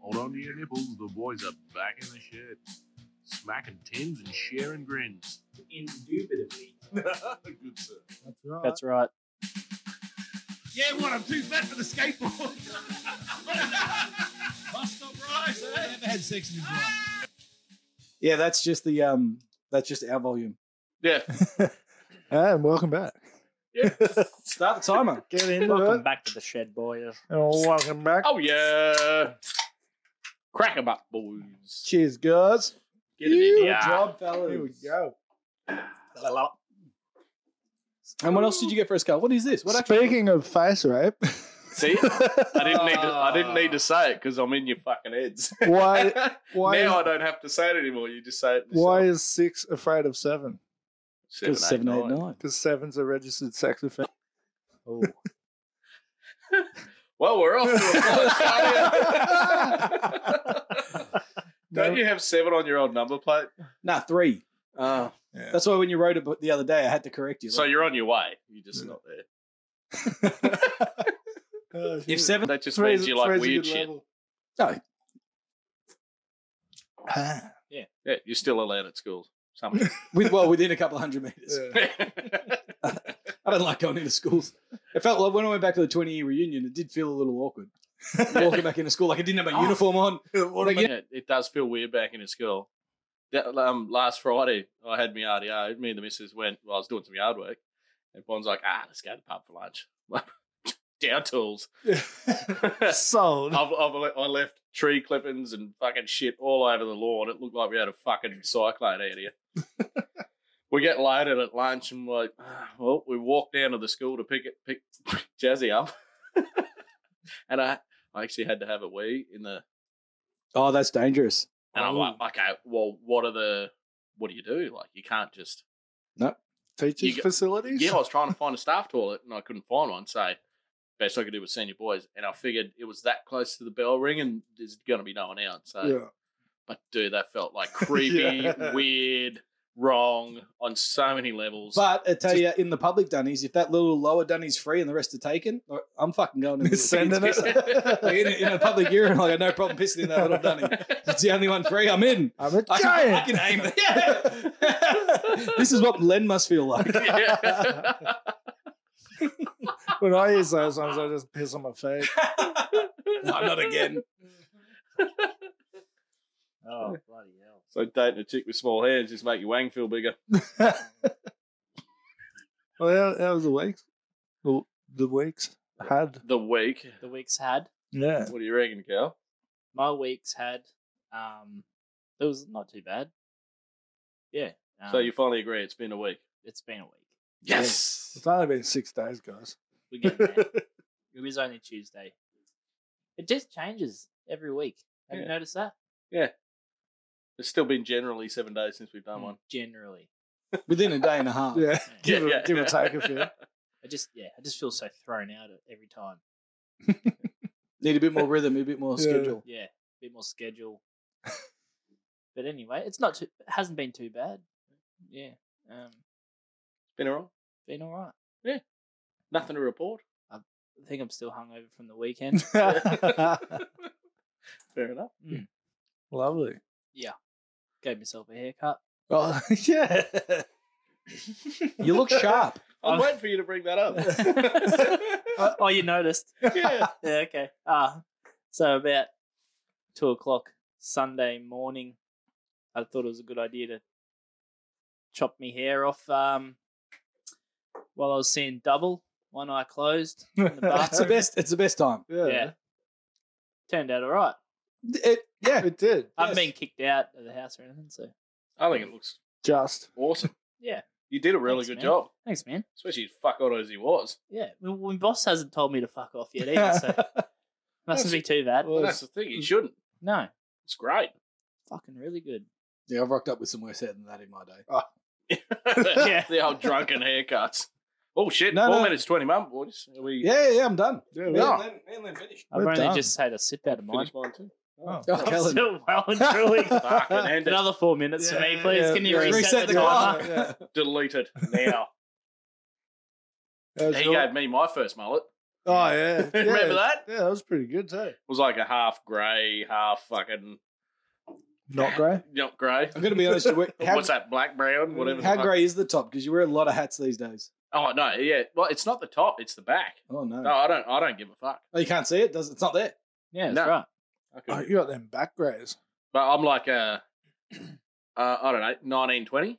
Hold on to your nipples, the boys are back in the shed. Smacking tins and sharing grins. Indubitably. Good sir. That's right. That's Uh-huh. right. Yeah, what? I'm too fat for the skateboard. Must not rise, I never had sex in his life. Yeah, that's just the um. That's just our volume. Yeah. and welcome back. Start the timer. Get into Welcome it. back to the shed, boys. And welcome back. Oh yeah. Crack 'em up, boys. Cheers, guys. Get it in Yeah. ya. Job, fellas. Here we go. And what else did you get for us, Carl? What is this? What actually? Speaking of face rape, See, I didn't need to. I didn't need to say it because I'm in your fucking heads. why why now I don't have to say it anymore. You just say it. why is six afraid of seven? yourself. seven, eight, nine. Because seven's a registered sex offender. Oh. Well, we're off to a fly, aren't we? Don't you have seven on your old number plate? nah, three. Uh, Yeah. That's why when you wrote it the other day, I had to correct you. So you're on your way. You're just Yeah. not there. Oh, shit. Oh. if seven, That just Three's- means you like three's a weird good shit. level. no, Ah, Yeah, you're still allowed at school. Something. with, well, within a couple of hundred meters. yeah. I don't like going into schools. It felt like when I went back to the 20 year reunion, it did feel a little awkward. Walking back into school, like I didn't Oh. have my uniform on. Yeah, it does feel weird back into school. That, um, last Friday, I had my RDO. Me and the missus went, well, I was doing some yard work. And Bond's like, ah, let's go to the pub for lunch. Down tools. I've, Sold. I've, le- I left tree clippings and fucking shit all over the lawn. It looked like we had a fucking cyclone out here. we get loaded at lunch and we're like, "Ah, well, we walk down to the school to pick it, pick Jazzy up. and I, I actually had to have a wee in the Oh, that's dangerous. Oh. and I'm like, okay, well, what are the, what do you do? Like, you can't just. Teachers' You go- facilities? Yeah, I was trying to find a staff toilet and I couldn't find one. So, best I could do was send your boys. And I figured it was that close to the bell ring and there's going to be no one out. So, Yeah. but dude, that felt like creepy, Yeah. weird, wrong on so many levels. But I tell you, in the public dunnies, if that little lower dunny's free and the rest are taken, I'm fucking going to the Sending Like in, a, it. in a public urinal, I got no problem pissing in that little dunny. If It's the only one free. I'm in. I'm a I can, I giant. can aim. Yeah. this is what Len must feel like. Yeah. When I use those ones, I just piss on my feet. No, not again. Oh, bloody hell. so, dating a chick with small hands just make your wang feel bigger. Well, that was the weeks. The, the weeks had. The week. The week's had. Yeah. What do you reckon, Cal? My week's had. Um, it was not too bad. Yeah. Um, so, you finally agree it's been a week. It's been a week. Yes. It's only been six days, guys. We're getting there. it was only Tuesday. It just changes every week. Have you Yeah. noticed that? It's still been generally seven days since we've done Hmm. one. Generally. Within a day and a half. Yeah. Give, Yeah, it, give yeah. or take a few. I just yeah, I just feel so thrown out at every time. Need a bit more rhythm, a bit more Yeah. schedule. Yeah, a bit more schedule. but anyway, it's not too it hasn't been too bad. Yeah. Um Been alright. been all right. Nothing to report. I think I'm still hungover from the weekend. Fair enough. Lovely. Gave myself a haircut. Oh, yeah. You look sharp. I'm I'm- waiting for you to bring that up. Oh, oh, you noticed. yeah. Yeah, okay. Ah. So about two o'clock Sunday morning, I thought it was a good idea to chop me hair off um while I was seeing double, one eye closed in the It's the bathroom. best. It's the best time. Yeah. yeah. Turned out all right. It, yeah. It did. I haven't Yes. been kicked out of the house or anything, so I think it looks Just. awesome. Yeah. You did a really Thanks, good man. job. thanks, man. Especially as fuck old as he was. Yeah, well, my boss hasn't told me to fuck off yet either, so mustn't be too bad. Well, That's the thing. You shouldn't. No, It's great. fucking really good. Yeah, I've rocked up with some worse hair than that in my day. Yeah. the old drunken haircuts. Oh shit! No, Four no. minutes twenty, mum. Boys, Are we Yeah, yeah, I'm done. Yeah, Me we- and Len- me and Len finished. I've We're only done. just had a sip out of mine. finish mine too. Oh. Oh, I'm Kellen. still well and truly. Fucking end it. Another four minutes for me, Yeah, please. yeah, Can you yeah. reset, the, clock. timer? Yeah. Delete it now. How's he your- gave me my first mullet. Oh yeah, yeah. Remember that? Yeah, that was pretty good too. It was like a half grey, half fucking Not grey. not grey. I'm going to be honest. you wear- How, What's that? Black brown, whatever. the how fuck- grey is the top? Because you wear a lot of hats these days. Oh no, yeah. Well, it's not the top; it's the back. Oh no! No, I don't. I don't give a fuck. Oh, you can't see it. Does it's not there? Yeah, that's No. right. I could- Oh, you got them back greys. But I'm like a, uh, I don't know, 1920.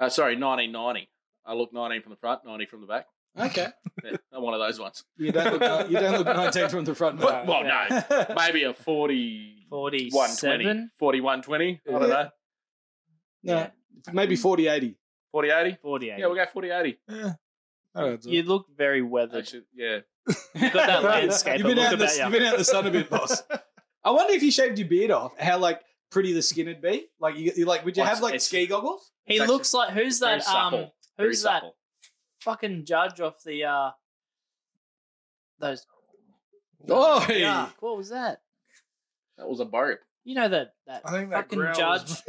Uh, sorry, 1990. I look 19 from the front, 90 from the back. Okay. Yeah, I'm one of those ones. You don't look. You don't look 19 from the front. Uh, But- No. well, no, maybe a 40, 47, 120, 4120. I don't Yeah. know, no. Maybe 40, 80. 4080. 48. Yeah, we'll go 4080. Yeah. That adds up. you look very weathered. Actually, yeah. You've got that landscape You've been, look out in about the, you. you've been out in the sun a bit, boss. I wonder if you shaved your beard off, how like pretty the skin would be. Like you, you like, would you Well, have like it's- ski goggles? He It's actually looks like who's very that? Um, supple, Very who's that supple. fucking judge off the uh those? Oh, Yeah, what was that? That was a burp. You know that that I think that fucking growl judge was-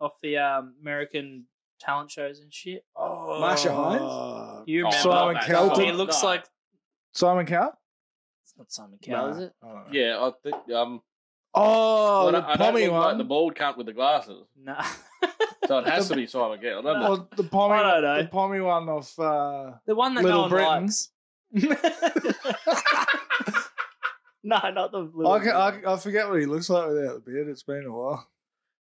off the um, American talent shows and shit. Oh, Marsha You Oh, remember? Simon that's- Kelton. He looks no. like Simon Cowell? it's not Simon Cowell, is it? Yeah, I think. Um, Oh, well, the I, I don't pommy look one. like the bald cunt with the glasses, No, so it has to be Simon Gale, doesn't it? Or Oh, the pommy, I don't know. the pommy one off. Uh, the one that Little no one Britain. likes. no, not the little. I, ca- I, ca- I forget what he looks like without the beard. It's been a while.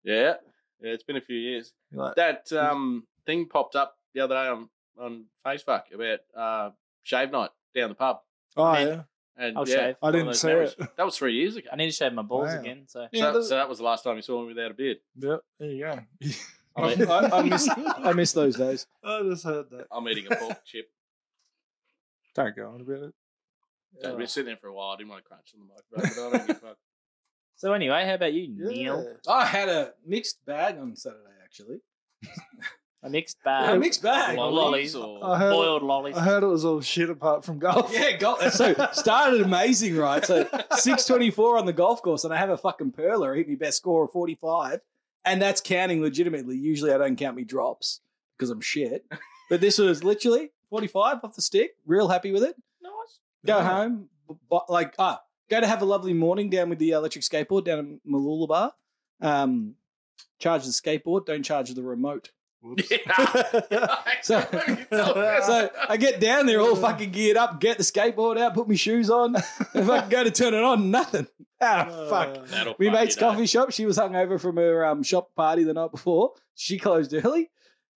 Yeah, yeah. It's been a few years. You're like, that Mm-hmm. um thing popped up the other day on on Facebook about uh shave night down the pub. oh man. yeah, And I'll yeah, shave. I didn't Although see that was, it. that was three years ago. I need to shave my balls Wow. again. So so, so that was the last time you saw me without a beard. Yep, there you go. I I, I miss, I miss those days. I just heard that. I'm eating a pork chip. Don't go on about it. I've been sitting there for a while. I didn't want to crunch on the microphone. But I don't give a fuck. so anyway, how about you, Neil? I had a mixed bag on Saturday, actually. A mixed A bag. mixed Uh, bag. Lollies Lollies. I or heard. Boiled lollies. I heard it was all shit apart from golf. Yeah, golf. So started amazing, right? So six twenty four on the golf course, and I have a fucking perler hit me best score of forty five, and that's counting legitimately. Usually, I don't count me drops because I'm shit, but this was literally forty five off the stick. Real happy with it. nice. Go Yeah. home, b- b- like ah, go to have a lovely morning down with the electric skateboard down at Malula Bar. Um, charge the skateboard, don't charge the remote. Whoops. So- So I get down there all fucking geared up, get the skateboard out, put my shoes on. If I go to turn it on, nothing. Ah, fuck. That'll My Oh, fuck mate's you, though. coffee shop, she was hungover from her um, shop party the night before. She closed early,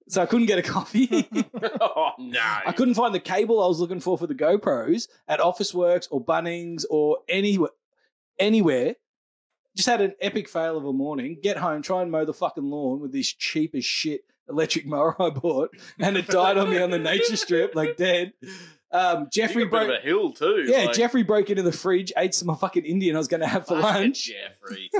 so I couldn't get a coffee. oh no! I couldn't find the cable I was looking for for the GoPros at Office Works or Bunnings or anywhere. Anywhere. Just had an epic fail of a morning. Get home, try and mow the fucking lawn with this cheap as shit electric mower I bought, and it died on me on the nature strip, like dead. Um, Jeffrey You got a bit broke. of a hill too. Yeah, like, Jeffrey broke into the fridge, ate some fucking Indian I was going to have for fucking lunch. Jeffrey.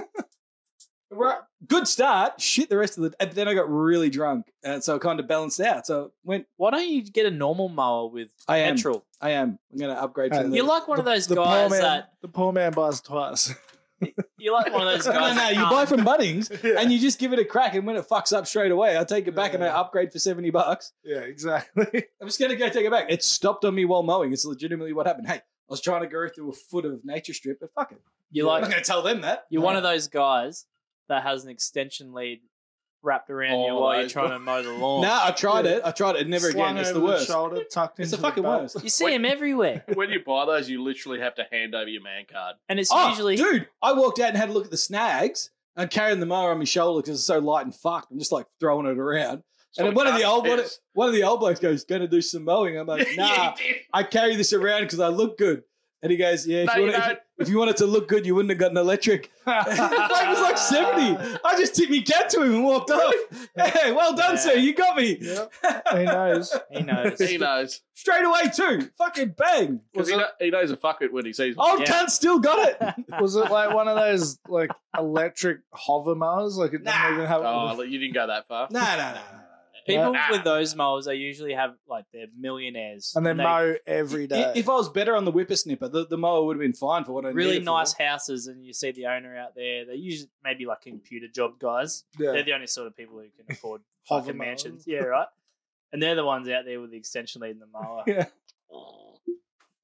Right. Good start. Shit, the rest of the. And then I got really drunk, and so I kind of balanced out. So went. Why don't you get a normal mower with I am. petrol? I am. I'm going to upgrade. to Hey, the- You're like one of those The guys poor man. that The poor man buys twice. you're like one of those No, guys. no, no. that You can't- buy from Bunnings yeah. and you just give it a crack, and when it fucks up straight away, I take it back and I Yeah. upgrade for 70 bucks. yeah, exactly. I'm just going to go take it back. It stopped on me while mowing. It's legitimately what happened. Hey, I was trying to go through a foot of nature strip, but fuck it. you're I'm not like going to tell them that. you're one of those guys that has an extension lead wrapped around you Oh, while you're those trying to mow the lawn. No, I tried it. I tried it. Never Slung again. It's over the worst. shoulder tucked It's into the fucking belt. worst. You see him everywhere, when you buy those, you literally have to hand over your man card. and it's Oh, usually dude, I walked out and had a look at the snags. I'm carrying the mower on my shoulder because it's so light and fucked. I'm just like throwing it around. So and one of the old one, is- one of the old blokes goes, "Going to do some mowing." I'm like, "Nah, yeah, you did. I carry this around because I look good." And he goes, "Yeah, if, No, you you wanted, if, don't. if you wanted to look good, you wouldn't have gotten electric." it was like seventy. I just tipped me cat to him and walked off. Hey, well done, Yeah. sir. You got me Yep. He knows. he knows. he knows. straight away too. Fucking bang. Because he, Was kno- he knows a fuck it when he sees one. Old Yeah. cunt still got it. Was it like one of those like electric hover mowers? Like it Nah. doesn't even have. Oh, look, you didn't go that far. no, no, no, no. People Yeah. with those mowers, they usually have like they're millionaires and they mow every I- day. If I was better on the whippersnipper, the, the mower would have been fine for what I really needed for. nice houses, and you see the owner out there. They're usually maybe like computer job guys. yeah. They're the only sort of people who can afford Hover fucking mowers. mansions. Yeah, right. And they're the ones out there with the extension lead and the mower. Yeah.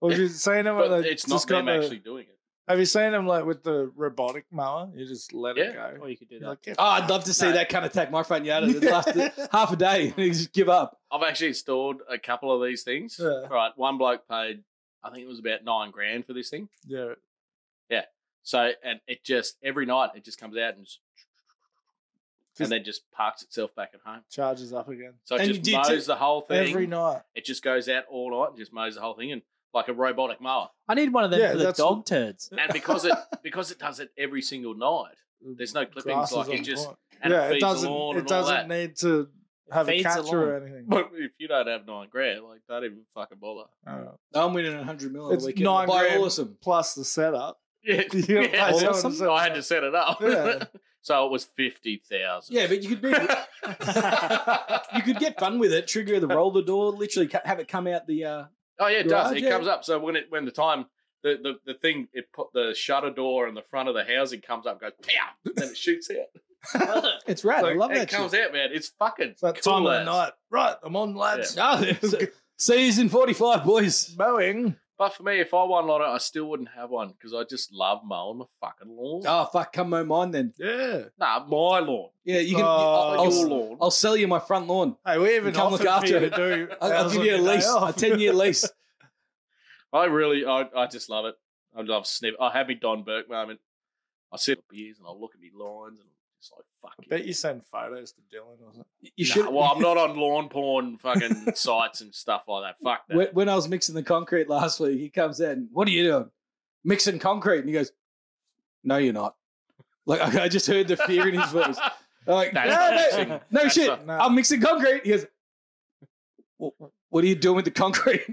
Or have you seen them? But like, it's not just them got the- actually doing it. Have you seen them like with the robotic mower? You just let Yeah. it go. Or you could do You're that. like, "Get Oh, I'd love to see No. that kind of take my friend Yada. It'd last half a day and he just give up. I've actually installed a couple of these things. Yeah. Right, one bloke paid, I think it was about nine grand for this thing. Yeah. So, and it just every night it just comes out and just, Just- and then just parks itself back at home. Charges up again. So it And just you did mows too- the whole thing. Every night. It just goes out all night and just mows the whole thing, and like a robotic mower. I need one of them Yeah, for the that's- dog turds. And because it because it does it every single night, There's no clippings, Grass is like, it on just- point. and yeah, it feeds doesn't. the lawn it and all that. doesn't need to have a feeds the catcher or anything. But if you don't have nine grand, like don't even fucking bother. Uh, I'm winning 100 mil on It's the weekend. nine Buy grand. awesome. plus the setup. Yeah, You gotta yeah, pay it's someone to awesome. set I it had to up. set it up. Yeah. so it was fifty thousand. Yeah, but you could be. you could get fun with it. Trigger the roller door. Literally ca- have it come out the. Uh, Oh yeah, it does. Garage, It yeah. comes up. So when it when the time the, the, the thing it put the shutter door in the front of the housing comes up, goes pow, and then it shoots out. it's rad. I Like, love it that. comes out, man. It's fucking It's that cool time as. of the night. Right, I'm on, lads. shit. Oh, it's- season 45, boys. Mowing. But for me, if I won Lotto, I still wouldn't have one because I just love mowing my fucking lawn. Oh fuck, come mow mine then. Yeah. Nah, my lawn, Yeah, you can. Oh, Not I'll, your I'll, lawn. I'll sell you my front lawn. Hey, we even You come offered look for you after to do. I'll, I'll give you a lease, a ten year lease. I really, I, I just love it. I love snip. I have me Don Burke moment. I sit for beers and I look at me lines and I'm just like, fuck. I yeah. bet you send photos to Dylan or something. You Nah, should. well, I'm not on lawn porn fucking sites and stuff like that. Fuck that. When, when I was mixing the concrete last week, he comes in. What are you doing? Mixing concrete, and he goes, "No, you're not." Like I, I just heard the fear in his voice. I'm like, That's "No, not no, mixing. no That's shit. not- No. I'm mixing concrete." He goes, "Wha- "What are you doing with the concrete?"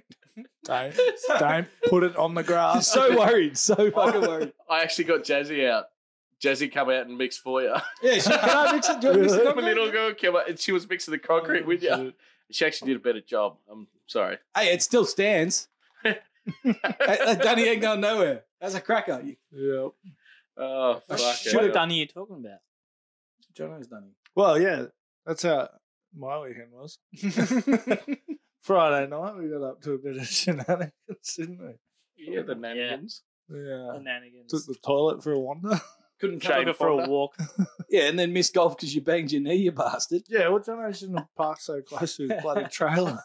Don't, So- don't put it on the grass. so worried, so fucking worried. I actually got Jazzy out. Jazzy come out and mix for you. Yeah, she, can I mix it? Do you want me to mix the My little concrete? girl came out and she was mixing the concrete with you. She actually did a better job. I'm sorry. Hey, it still stands. Hey, that Danny ain't going nowhere. That's a cracker. You- yeah. Oh, fuck Should have it. done you talking about. Jono's Danny. Well, yeah, that's how my weekend was. Friday night, we got up to a bit of shenanigans, didn't we? Yeah, the nanigans. Yeah. Shenanigans. Took the toilet for a wander. Couldn't come. Shame. Took her for a Fonda. walk. Yeah, and then miss golf because you banged your knee, you bastard. Yeah, well, John shouldn't have parked so close to his bloody trailer.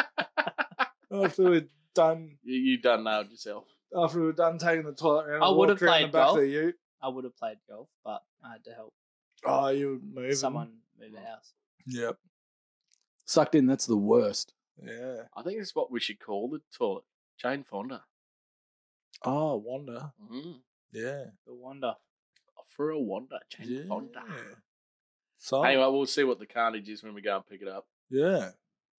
after we'd done, You, you done nailed yourself. after we were done taking the toilet round, I we would walked have around played the back golf. Of the ute. I would have played golf, but I had to help Oh, you were moving. someone move the house. Yep. Sucked in, that's the worst. Yeah. I think it's what we should call the toilet. Jane Fonda. Oh, wander. Mm. Yeah. The wonder. For a wander. Jane yeah. Oh. Fonda. So, Anyway, we'll see what the carnage is when we go and pick it up. yeah.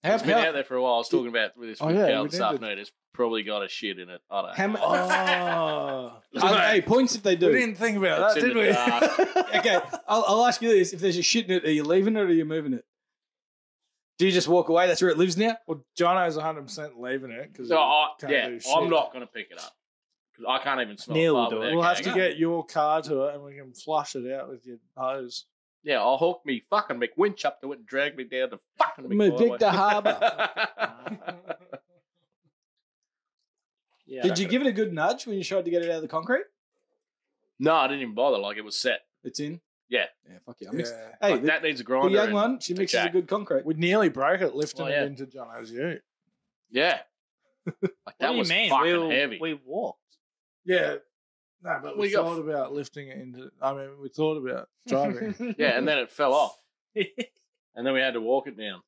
How, It's been out how, there for a while. I was talking about with this Oh, with yeah, Cal we this did. afternoon. It's probably got a shit in it. I don't how know. mu- Oh. Uh, hey, points if they we do. didn't think about It's that, in did the we? dark. Okay, I'll, I'll ask you this: if there's a shit in it, are you leaving it or are you moving it? Do you just walk away? That's where it lives now. Well, Jono's 100% leaving it because So, I, can't yeah, do shit. I'm not going to pick it up. 'Cause I can't even smell Neil far will do with it. that we'll have gang to up. get your car to it and we can flush it out with your hose. Yeah, I'll hook me fucking McWinch up to it and drag me down to fucking Me dig the harbour. Yeah. Did you give it a good nudge when you tried to get it out of the concrete? no, I didn't even bother. Like, it was set. It's in. Yeah. Yeah. Fuck yeah. I mixed- Yeah. Hey, Like, the, that needs a grinder. the young and- one, she mixes a jack. good concrete. We nearly broke it lifting Oh, yeah. it into Jono's ute. Yeah. Like, What that do you was mean? fucking we, heavy. We walked. Yeah. No, but we, We got- thought about lifting it into. I mean, we thought about driving. yeah, and then it fell off. And then we had to walk it down.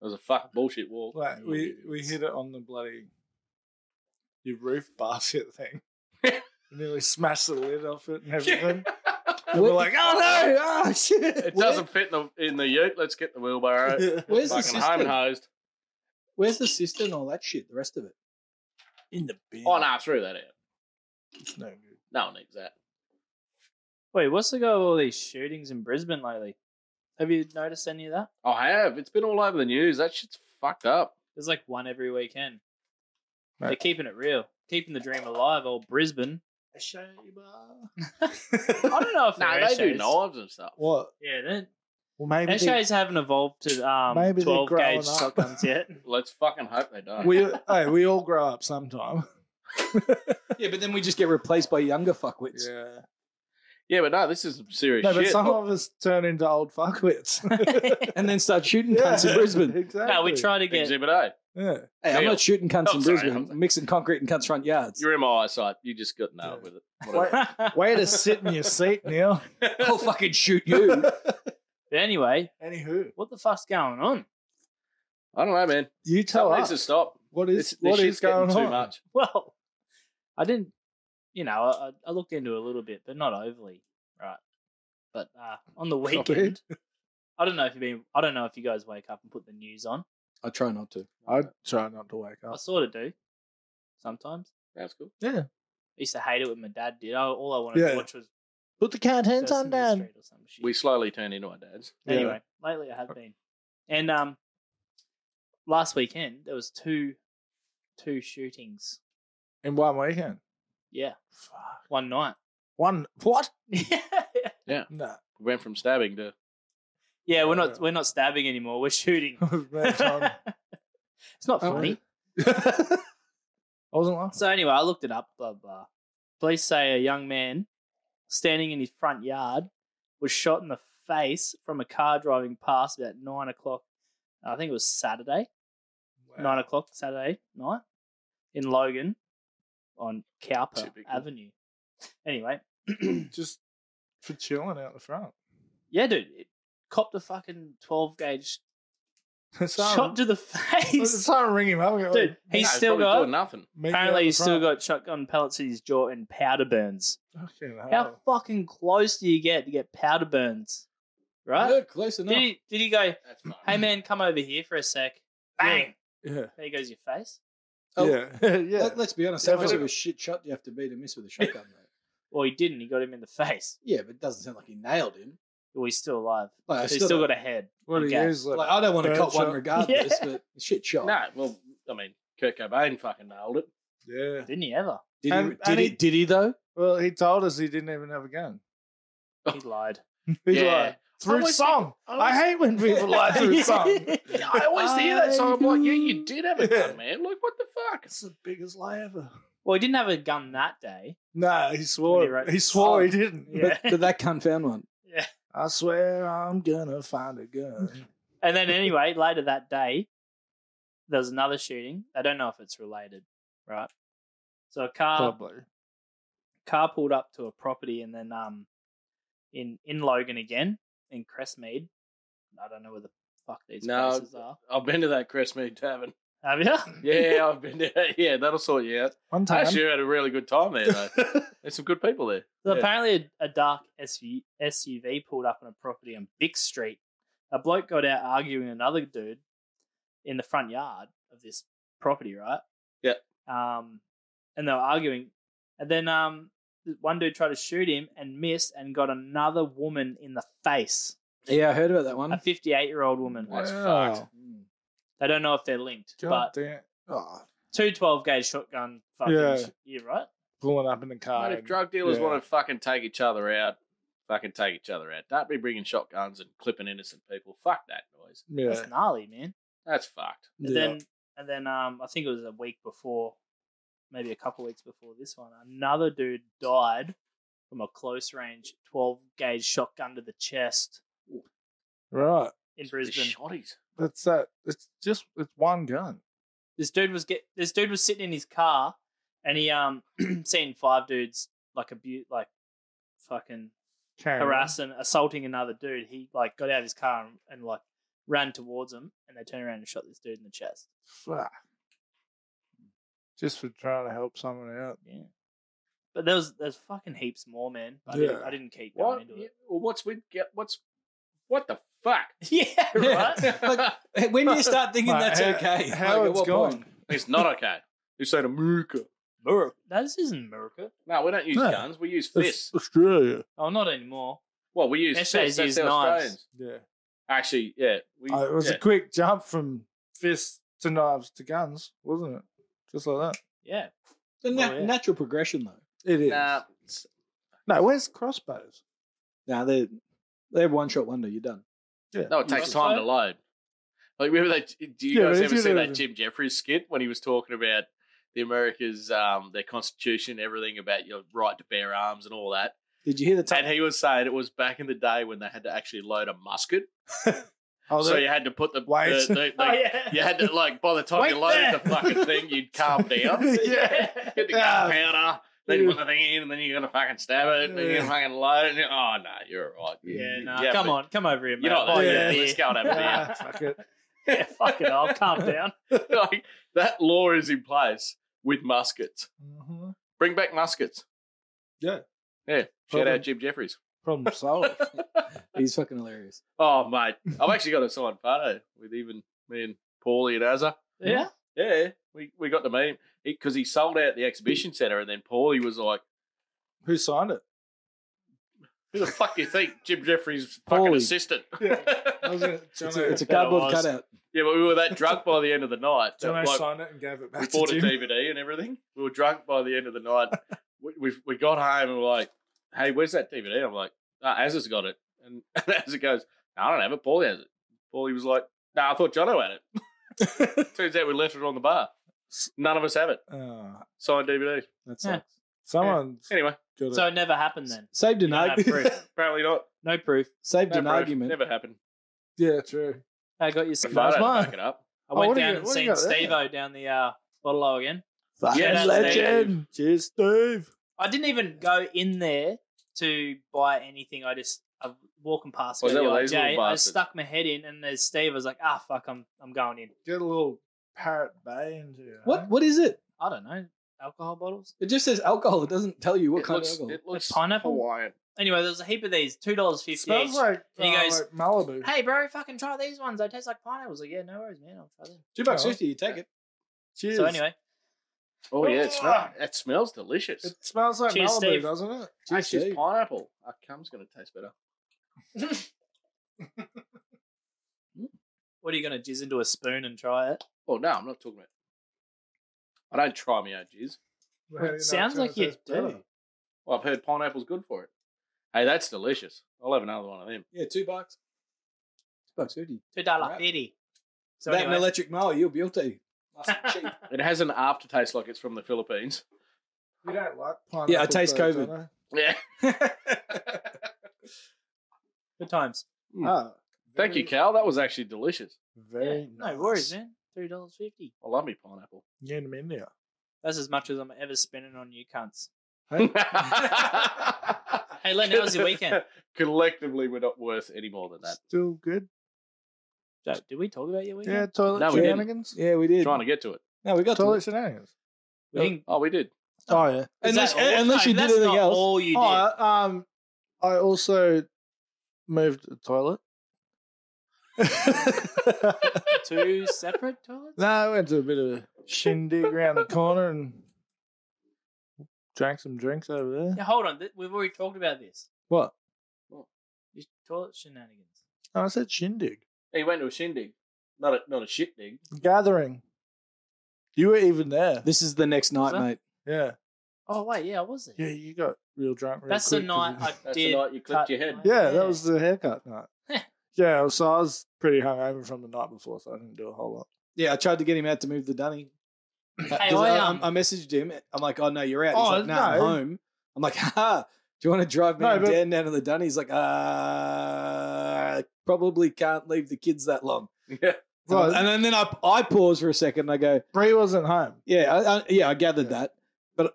It was a fuck bullshit walk. Mm. like we we hit it on the bloody your roof basket thing. nearly smashed the lid off it and everything. And we're like, oh no, oh shit. It doesn't fit in the in the ute. Let's get the wheelbarrow. Where's Fucking the home system? and hosed. Where's the sister and all that shit? The rest of it. in the bin. Oh no, I threw that out. It's no good. No one needs that. Wait, what's the go with all these shootings in Brisbane lately? Have you noticed any of that? I have. It's been all over the news. That shit's fucked up. There's like one every weekend. Right. They're keeping it real, keeping the dream alive. Old Brisbane. I don't know No, if they're they do assos. knives and stuff. What? Yeah, they're, Well, maybe they, SJs haven't evolved to um, Maybe they're 12 growing gauge up. shotguns yet. Let's fucking hope they don't. we hey, we all grow up sometime. Yeah, but then we just get replaced by younger fuckwits. Yeah. yeah, but no, this is some serious No, but shit. some of us turn into old fuckwits. And then start shooting cunts Yeah, in Brisbane. Exactly. no, we try to get. Exhibit A. Yeah. Hey, I'm Neil. not shooting cunts Oh, in sorry, Brisbane. I'm sorry. I'm mixing concrete in cunts' front yards. You're in my eyesight. You just got nailed with it. Whatever. Way to sit in your seat, Neil. I'll fucking shoot you. But anyway, Anywho, what the fuck's going on? I don't know, man. you tell Something us needs to stop. what This, this is what shit's is getting going too on. much. Well, I didn't, you know, I, I- I looked into it a little bit, but not overly, right? But uh, on the Copied. weekend, I don't know if you've been, I don't know if you guys wake up and put the news on. I try not to. I try not to wake I up. sort of do sometimes. That's cool. I used to hate it when my dad did. I, all I wanted Yeah. to watch was Put the curtains on Sesame down. Street or some shit. We slowly turn into our dads. Yeah. Anyway, lately I have been, and um, last weekend there was two, two shootings. in one weekend. Yeah, Fuck. one night. One what? No, We went from stabbing to yeah, we're not we're not stabbing anymore. We're shooting. We've moved on. it's not Oh, funny. I wasn't laughing. So anyway, I looked it up. Blah blah. Police say a young man standing in his front yard was shot in the face from a car driving past about nine o'clock. I think it was Saturday, nine o'clock Saturday night in Logan on Cowper Typical. Avenue. Anyway, Just for chilling out the front. yeah, dude, it copped a fucking twelve gauge shot Someone, to the face. someone ring him up. and go, Dude, he's No, still probably got doing nothing. meet me out Apparently, the he's still front. got shotgun pellets in his jaw and powder burns. Fucking How hell. fucking close do you get to get powder burns? Right? Yeah, close Did enough. he, did he go, That's fine. hey man, come over here for a sec? Bang! Yeah, There goes your face. Oh, yeah, yeah. Let, us be honest. How Yeah, much but- of a shit shot do you have to be to miss with a shotgun, though? Well, he didn't. He got him in the face. Yeah, but it doesn't sound like he nailed him. Well, he's still alive. Like, I he's still got a head. What do you Okay. use? Like, like, I don't want to Bird cop one shot. regardless, Yeah. but shit shot. No, well, I mean, Kurt Cobain fucking nailed it. yeah. Didn't he ever? Did, And- he, did, and he, he- did he, though? Well, he told us he didn't even have a gun. Oh. He lied. He's Yeah. like, through always song. I I always- hate when people lie through song. I always hear that song. I'm like, yeah, you did have a Yeah. gun, man. Like, what the fuck? It's the biggest lie ever. well, he didn't have a gun that day. No, he swore. When He, he wrote the swore he song. didn't. Yeah. But, but that cunt found one. I swear I'm gonna find a gun. And then anyway, later that day, there was another shooting. I don't know if it's related, right? So a Uh, car Probably. car pulled up to a property and then um in in Logan again in Crestmead. I don't know where the fuck these No. places are. I've been to that Crestmead Tavern. Have you? Yeah, I've been there. Yeah, that'll sort you out. One I time. actually had a really good time there, though. There's some good people there. So Yeah. apparently, a, a dark SUV, SUV pulled up on a property on Bick Street. A bloke got out arguing with another dude in the front yard of this property, right? Yeah. Um, and they were arguing, and then um, one dude tried to shoot him and missed, and got another woman in the face. Yeah, I heard about that Um, A one. Hmm. fifty-eight-year-old woman. That's Wow. fucked. They don't know if they're linked, God but damn. Oh, two 12 gauge shotgun fucking Yeah. yeah. right? pulling up in the car. Mate, if and- drug dealers yeah. want to fucking take each other out, fucking take each other out. Don't be bringing shotguns and clipping innocent people. Fuck that noise. yeah. That's gnarly, man. That's fucked. And then and then um I think it was a week before, maybe a couple weeks before this one, another dude died from a close range 12 gauge shotgun to the chest Right. in They're Brisbane. shotties. That's that. It's just it's one gun. This dude was get this dude was sitting in his car and he um seen five dudes like abu- like fucking Carrying. harassing, assaulting another dude. He like got out of his car and, and like ran towards him, and they turned around and shot this dude in the chest. Fuck. Just for trying to help someone out. Yeah, but there was there's fucking heaps more, man. I, didn't, Yeah. I didn't keep going What? into it. Well, what's with get? What's what the fuck? Yeah, right. Like, hey, when do you start thinking Mate, that's how- okay? how Like, at it's what gone. point? it's not okay. You say to America. no, this isn't America. No, we don't use No. guns. We use It's fists. Australia. Oh, not anymore. Well, we use SJs fists. That's use how knives. Australians. Yeah. Actually, yeah. We, Uh, it was yeah. a quick jump from fists to knives to guns, wasn't it? Just like that. Yeah, The na- Oh, yeah. natural progression, though. It is. Nah, it's- No, where's crossbows? Nah, they're, they're one shot wonder. You're done. No, it takes time to load. Like remember that? Do you Yeah, guys but if ever you see do that the- Jim Jeffries skit when he was talking about the America's um, their constitution, everything about your right to bear arms and all that? Did you hear the And tape? he was saying it was back in the day when they had to actually load a musket, Oh, so that- you had to put the, Wait. the- the- the- Oh, yeah. you had to like by the time you Wait loaded there. the fucking thing, you'd calm down. yeah. Get the Ah. gunpowder, then you put the thing in, and then you're gonna fucking stab it, and then you're Yeah. gonna fucking load it. And you're, oh no, you're all right. nah, Yeah, come but on, come over here, mate. You're not Buy like, me a yeah, yeah, beer. let's go and have a beer. Ah, fuck it. yeah, fucking I'll calm down. like that law is in place with muskets. Mhm. Bring back muskets. Yeah. Yeah. Shout Problem. out Jim Jeffries. Problem solved. Oh, He's fucking hilarious. Oh mate. I've actually got a signed photo with even me and Paulie and Azza. Yeah. Yeah. We we got to meet him because he sold out the exhibition centre and then Paulie was like, Who signed it? Who the fuck do you think? Jim Jeffries fucking Paulie. assistant. Yeah. yeah, Was it It's a, Jono? it's a Yeah, it cardboard was. cutout. but we were that drunk by the end of the night. that, Jono like, signed it and gave it we back to bought a Jim. DVD and everything. We were drunk by the end of the night. we, we we got home and we're like, "Hey, where's that DVD?" I'm like, "Ah, "Azza's got it." And, and Azza goes, "No, "I don't have it. Paulie has it." Paulie was like, "No, I thought Jono had it." Turns out we left it on the bar. None of us have it. Ah, Signed DVD. That Yeah. sucks. someone's Anyway, got So it. it never happened then. Saved an You don't have proof. argument. apparently not. No proof. Saved No an proof. argument. Never happened. Yeah, true. I got your The scarf. photo to mine. back it up. I Oh, went what do down you- and what do seen you got there? Stevo down the uh, bottle again. Fucking Yeah, that's legend. Cheers, Steve. I didn't even go in there to buy anything. I just I walking past Oh, is go to that what the those IJ. little I bastards? stuck my head in, and there's Steve. I was like, ah, fuck, I'm I'm going in. Get a little parrot bay into you. eh? What what is it? I don't know alcohol bottles. It just says alcohol. It doesn't tell you what It kind looks, of alcohol. it looks pineapple? Hawaiian. Anyway, there was a heap of these, two dollars It fifty each. smells like, And he uh, goes, like Malibu. hey, bro, fucking try these ones. They taste like pineapples. Like, yeah, no worries, man. I'll try them. Two bucks fifty. You take it. Cheers. So anyway, Oh yeah, it smells. Ah. It smells delicious. It smells like Cheers, Malibu, Steve. doesn't it? Actually, Steve. it's pineapple. Our cum's gonna taste better. what are you gonna jizz into a spoon and try it? Oh no, I'm not talking about. I don't try me out jizz. Well, you know, sounds it's like you tastes better. do. Well, I've heard pineapple's good for it. Hey, that's delicious. I'll have another one of them. Yeah, two bucks. Two bucks fifty. Two dollar Right. fifty. So that anyway. and electric mower, you'll be able to. Nice and cheap. It has an aftertaste like it's from the Philippines. You don't like pineapple. Yeah, I taste though, COVID. Jono. Yeah. Good times. Hmm. Ah, Thank you, very- Cal. That was actually delicious. Very Yeah, nice. No worries, man. Three dollars fifty. I love me pineapple. You in India. That's as much as I'm ever spending on you cunts. hey, Hey, Len, how was your weekend? Collectively, we're not worth any more than that. Still good. So, did we talk about your weekend? Yeah, toilet No, we didn't. shenanigans. yeah, we did. Trying to get to it. No, we got to Toilet it. shenanigans. We didn't- Oh, we did. Oh yeah. Is Unless, that all- unless no, you did that's anything not else. All you Oh, did. uh, I, um, I also moved the toilet. Two separate toilets? no, I went to a bit of a shindig around the corner and drank some drinks over there. Yeah, hold on. th- We've already talked about this. What? Your toilet shenanigans. No, I said shindig. He went to a shindig, not a not a shit dig. Gathering. You were even there. This is the next night, that- mate. Yeah. Oh, wait. Yeah, I was there. Yeah, you got real drunk. Real That's the quick 'cause night you- I That's did. the night you clipped cut your head. my- Yeah, that was the haircut night. Heh. yeah, so I was pretty hungover from the night before, so I didn't do a whole lot. Yeah, I tried to get him out to move the dunny. Hey, I, I, I, um, I messaged him. I'm like, oh no, you're out. He's Oh, like, no, I'm no. home. I'm like, ha. Do you want to drive me No, and but- Dan down to the dunny? He's like, uh, probably can't leave the kids that long. Yeah. And Right. I- And then, then I, I pause for a second and I go, Bree wasn't home. yeah, I, I, yeah, I gathered Yeah. that. But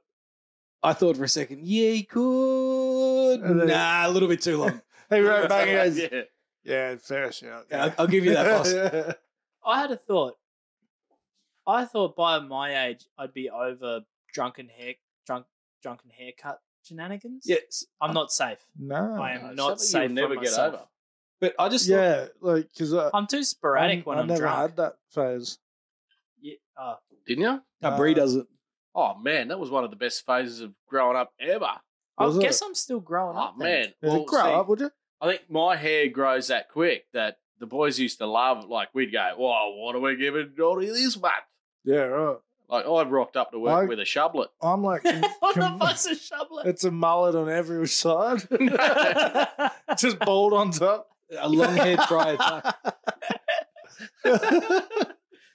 I thought for a second, yeah, he could. And then- Nah, a little bit too long. He wrote back and goes, yeah. Yeah, fair shout. Yeah, I'll, I'll give you that, boss. I had a thought. I thought by my age, I'd be over drunken hair, drunk, drunken haircut shenanigans. yes. I'm not safe. Oh, no. I am It's not something safe. you'll never for get myself. over. But I just thought, Yeah, like, because I, I'm too sporadic when I I'm never drunk. had that phase. Yeah, oh, Didn't you? no, Bree does it. Oh man, that was one of the best phases of growing up ever. I Was guess it? I'm still growing Oh up. then. man, Yeah, Well, grow see, up, would you? I think my hair grows that quick that the boys used to love. Like we'd go, "Whoa, what are we giving Dottie this month?" Yeah, right. Like I've rocked up to work Like- with a shovelet. I'm like, what the com- fuck's a shoveler? it's a mullet on every side, just bald on top. a long haired friar tuck.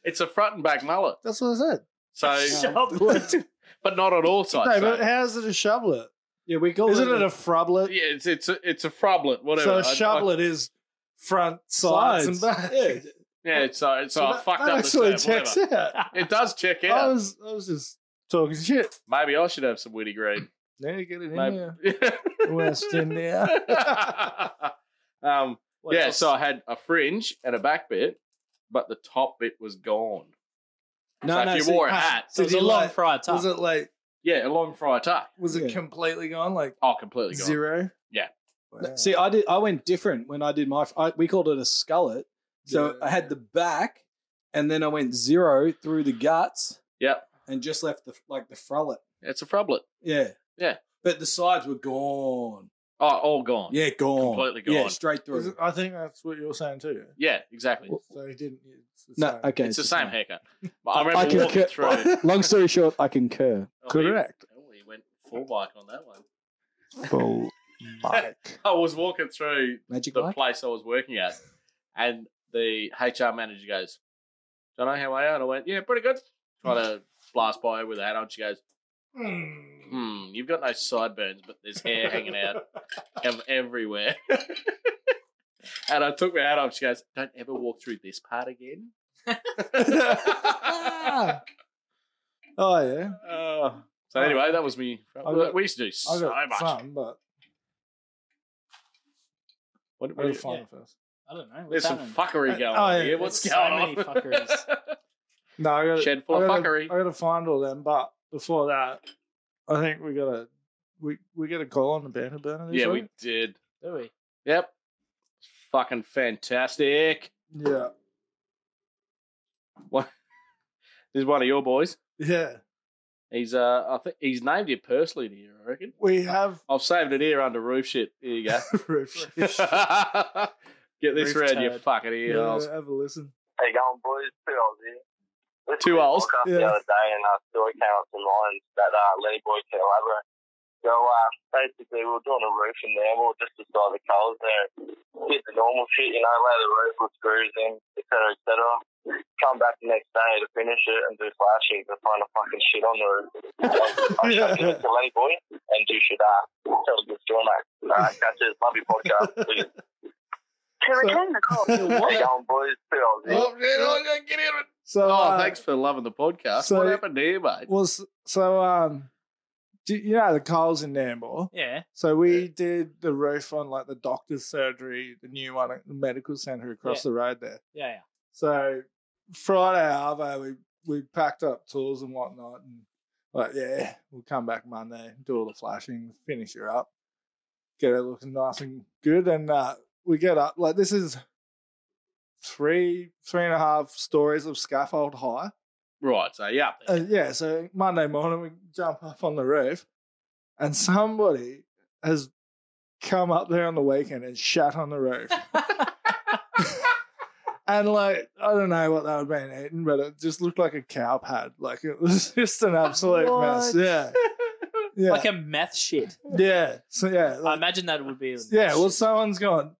It's a front and back mullet. That's what I said. So, Shoveled. but not on all sides. no, but how is it a shovelet? Yeah, we call Isn't it, it a frublet? yeah, it's it's a, it's a froblet, so whatever. a shovelet is front, sides, Sides. and back. Yeah. I, I, yeah, it's, uh, it's, So I that- fucked that up the actually term, checks whatever. out. It does check I out. was I was just talking shit. Maybe I should have some witty green. Now you get it in Maybe- there. West in there. um, What yeah, else? so I had a fringe and a back bit, but the top bit was gone. so if you see- wore a hat, So it's a Did you long like- friar tuck. Was it like yeah, a long fryer tuck. was it Yeah. completely gone? Like Oh, completely gone. zero? Yeah. Wow. See, I did. I went different when I did my. I, we called it a skullet. So Yeah. I had the back, and then I went zero through the guts. Yep. And just left the like the frullet. It's a froblet. Yeah. Yeah. But the sides were gone. Oh, all gone. Yeah, gone. Completely Yeah, gone. straight Is through. it- I think that's what you're saying too. Yeah, exactly. So he didn't. It's the No, same. okay. it's the same haircut. But I- I remember I can walking cut- through. Long story short, I concur. Oh, he- Correct. Oh, he went full bike on that one. Full mic. I was walking through Magic the Mike? place I was working at, and the HR manager goes, "Don't know how I am." And I went, "Yeah, pretty good." Trying to blast by her with a hat on. She goes, "Hmm, you've got no sideburns, but there's hair hanging out ev- everywhere." and I took my hat off. She goes, "Don't ever walk through this part again." Ah. oh yeah, Oh. so anyway, that was me. I've got- we used to do I so got much. some, but What, I what got do you- fun first. I don't know. there's What's some happening? fuckery Uh, going oh, on yeah, here. What's there's going so on? many fuckeries. No, I got Shed full I of gotta- fuckery. I got to find all them, but before that, I think we got to we we got a call on the banner burner. This Yeah, week. we did. Do we? Yep. Fucking fantastic. yeah This is one of your boys. yeah He's uh, I think he's named you personally to you. I reckon. we have I've saved it here under roof shit. Here you go. roof. Get this Roof round your turd. fucking ear Yeah, holes. have a listen. How you going, boys? Two O's here. Listened Two to the O's? podcast The Yeah. other day, and I still came up some lines that uh, Lenny Boy can elaborate. So uh, basically, we were doing a roof in there. We were just beside the colours there. Did the normal shit, you know, lay the roof with screws in, et cetera, et cetera. Come back the next day to finish it and do flashings and find a fucking shit on the roof. I was chucking it to Lenny Boy, and you should uh, tell a good story, mate. Uh, catch us. Love your podcast. See you. To return the call, Yeah, How you going, boys? Two O's here. Oh, man, I gotta get in it. So Oh, uh, thanks for loving the podcast. so- what happened to you, mate? Well, s- so um, do, you know the Coles in Nambour. Yeah. So we did the roof on like the doctor's surgery, the new one at the medical centre across the road there. Yeah. yeah. So Friday, Arvo, we we packed up tools and whatnot, and like yeah, we'll come back Monday, do all the flashing, finish her up, get her looking nice and good, and uh, we get up like this is three three and a half stories of scaffold high. Right, so yeah. Uh, yeah, so Monday morning we jump up on the roof, and somebody has come up there on the weekend and shat on the roof. and like I don't know what that would have been eating, but it just looked like a cow pad. Like it was just an absolute mess. What? Yeah, yeah, Like a meth shit. yeah. So yeah, I like- imagine that would be. yeah. Well, someone's gone.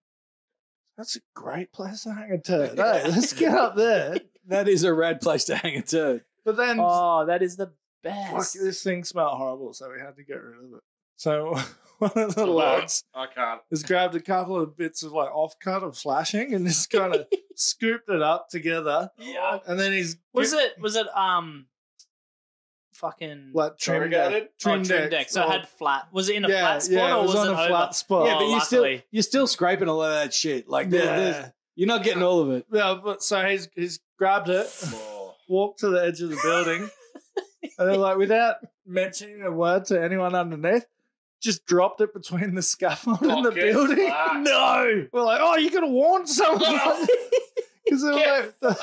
That's a great place to hang a turd. Hey, let's get up there. That is a rad place to hang a turd. But then Oh, that is the Fuck, best. this thing smelled horrible, so we had to get rid of it. So one of the Wow. lads I can't. has grabbed a couple of bits of like offcut of flashing and just kind of scooped it up together. Yeah. And then he's Was it? Was it? Um. Fucking. like trimmed Corrugated? it. oh, trim deck. So it had flat. Was it in a flat spot or was it, on a over? flat spot. Yeah, yeah, but Oh, you're still luckily. you're still scraping a lot of that shit. Like there- yeah. there's- you're not getting all of it. Yeah, but so he's he's grabbed it, Oh. walked to the edge of the building, and then like without mentioning a word to anyone underneath, just dropped it between the scaffold and the Fuck it. building. Fuck. No, we're like, oh, you could have warned someone. Because they Yeah. were like, the,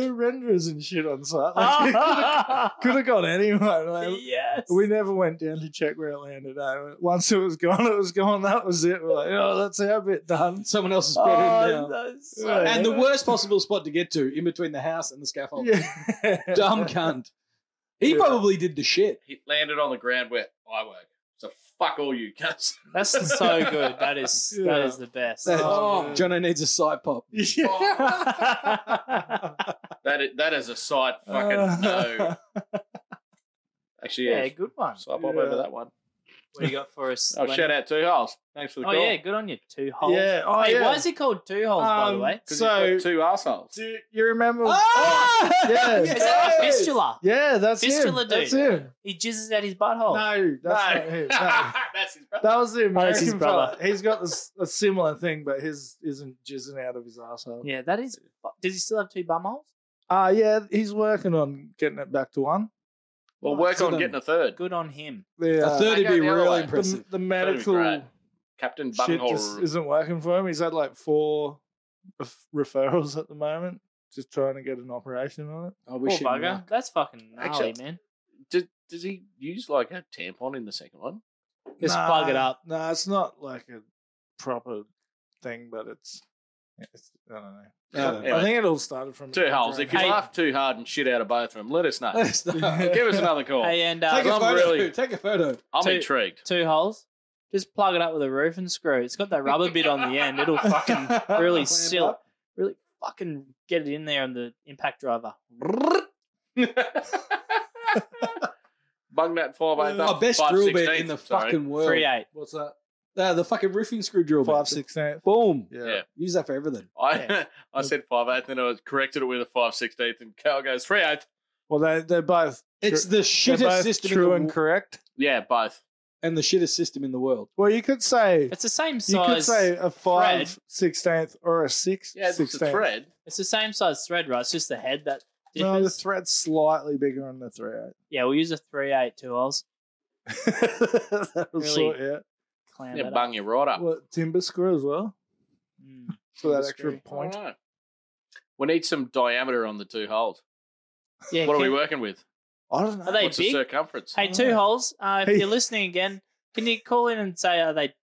they were renderers and shit on site. Like, Ah. Could have gone anyone. Like, yes. we never went down to check where it landed. eh? Once it was gone, it was gone. That was it. We're like, oh, that's our bit done. Someone else has put it in Oh, now. that's Yeah. so- And the worst possible spot to get to, in between the house and the scaffold. Yeah. Dumb cunt. He Yeah. probably did the shit. He landed on the ground where I work. It's a fuck all you cunts. That's so good. That is Yeah. that is the best. Oh, man. Jono needs a side pop. That is, that is a sight fucking no. Actually, yeah. Uh, yeah, good one. So I'll pop over that one. What do you got for us? Oh, Lenny? shout out Two Holes. Thanks for the Oh call. yeah, good on you. Two holes. Yeah. Oh, hey, yeah. why is it called two holes? by the Um, way, So So- two assholes. Do you- you remember? Oh, Ah! yeah. is that a Hey! fistula? Yeah, that's Fistula him. dude. That's him. He jizzes at his butthole. No, that's not him. No. That's his brother. That was the American that's his fella. brother. He's got this, a similar thing, but his isn't jizzing out of his asshole. Yeah, that is. Does he still have two bum holes? Uh, yeah, he's working on getting it back to one. We'll work So on then- getting a third. Good on him. The, A uh, third would That be goes the other really way. impressive. the, the That'd be great. medical Captain shit just Bunghole. isn't working for him. He's had like four ref- referrals at the moment, just trying to get an operation on it. I Poor wish him bugger. luck. That's fucking gnarly, Actually- man. Does, does he use like a tampon in the second one? Just plug it up. No, it's not like a proper thing, but it's, it's I don't know. I don't know. I think it all started from Two holes. If you Hey. laugh too hard and shit out of both of them, let us know. Let's not- Take Give us another call. Hey, and a uh, it. I'm photo. really- Take a photo. I'm Two- intrigued. two holes. Just plug it up with a roof and screw. It's got that rubber bit on the end. It'll fucking really seal. Really fucking get it in there on the impact driver. Bung that five eight. Our best drill bit in the fucking world. Three eight. What's that? Uh, the fucking roofing screw drill bit. Five sixteenth. Boom. Yeah. Use that for everything. I Yeah. I said five eighth, then I corrected it with a five sixteenth, and Cal goes three eighth. Well, they they're both It's the they're shittest both system in true the and wo- correct. Yeah, both. and the shittest system in the world. Well, you could say It's the same you could size. say a five sixteenth or a six Yeah, it's a sixteenth. thread. It's the same size thread, right? It's just the head that differs. No, the thread's slightly bigger on the three eight. yeah, we'll use a three eight two holes. that was Really? sort, yeah. Clam Yeah, that up. bung you right up. Well, timber screw as well Mm. for that Timber extra screw. point. All right. We need some diameter on the two holes. Yeah, what are we can- working with? I don't know. Are they What's big? the circumference? Hey, two holes. Uh, if Oh. Hey. you're listening again, can you call in and say are they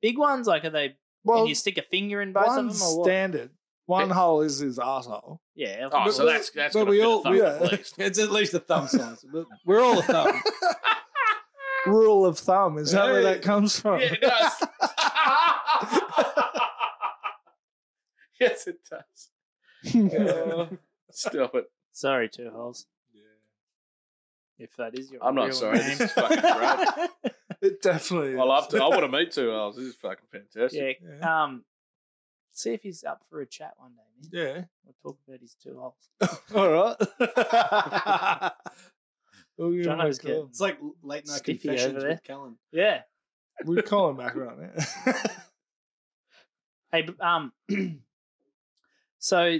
big ones? Like are they? well, can you stick a finger in both of one them or what? standard. One Bit- hole is his asshole. Yeah. Oh, so But- that's that's but gonna we fit a all- thumb yeah. at least. It's at least a thumb size. But We're all a thumb. Rule of thumb is that where Hey. that comes from? Yeah, it does. yes, it does. Uh, stop it. Sorry, two holes. Yeah. If that is your, I'm not real sorry. name. This is fucking great. It definitely. I love is. to. I want to meet two elves. This is fucking fantastic. yeah. Yeah. Um, see if he's up for a chat one day. Man. Yeah. We'll talk about his two holes. All right. we'll give him a Jono's call. getting- It's like late night Stiffy confessions over there. with Callan. Yeah. We'll call him back around it. Hey, b- um, so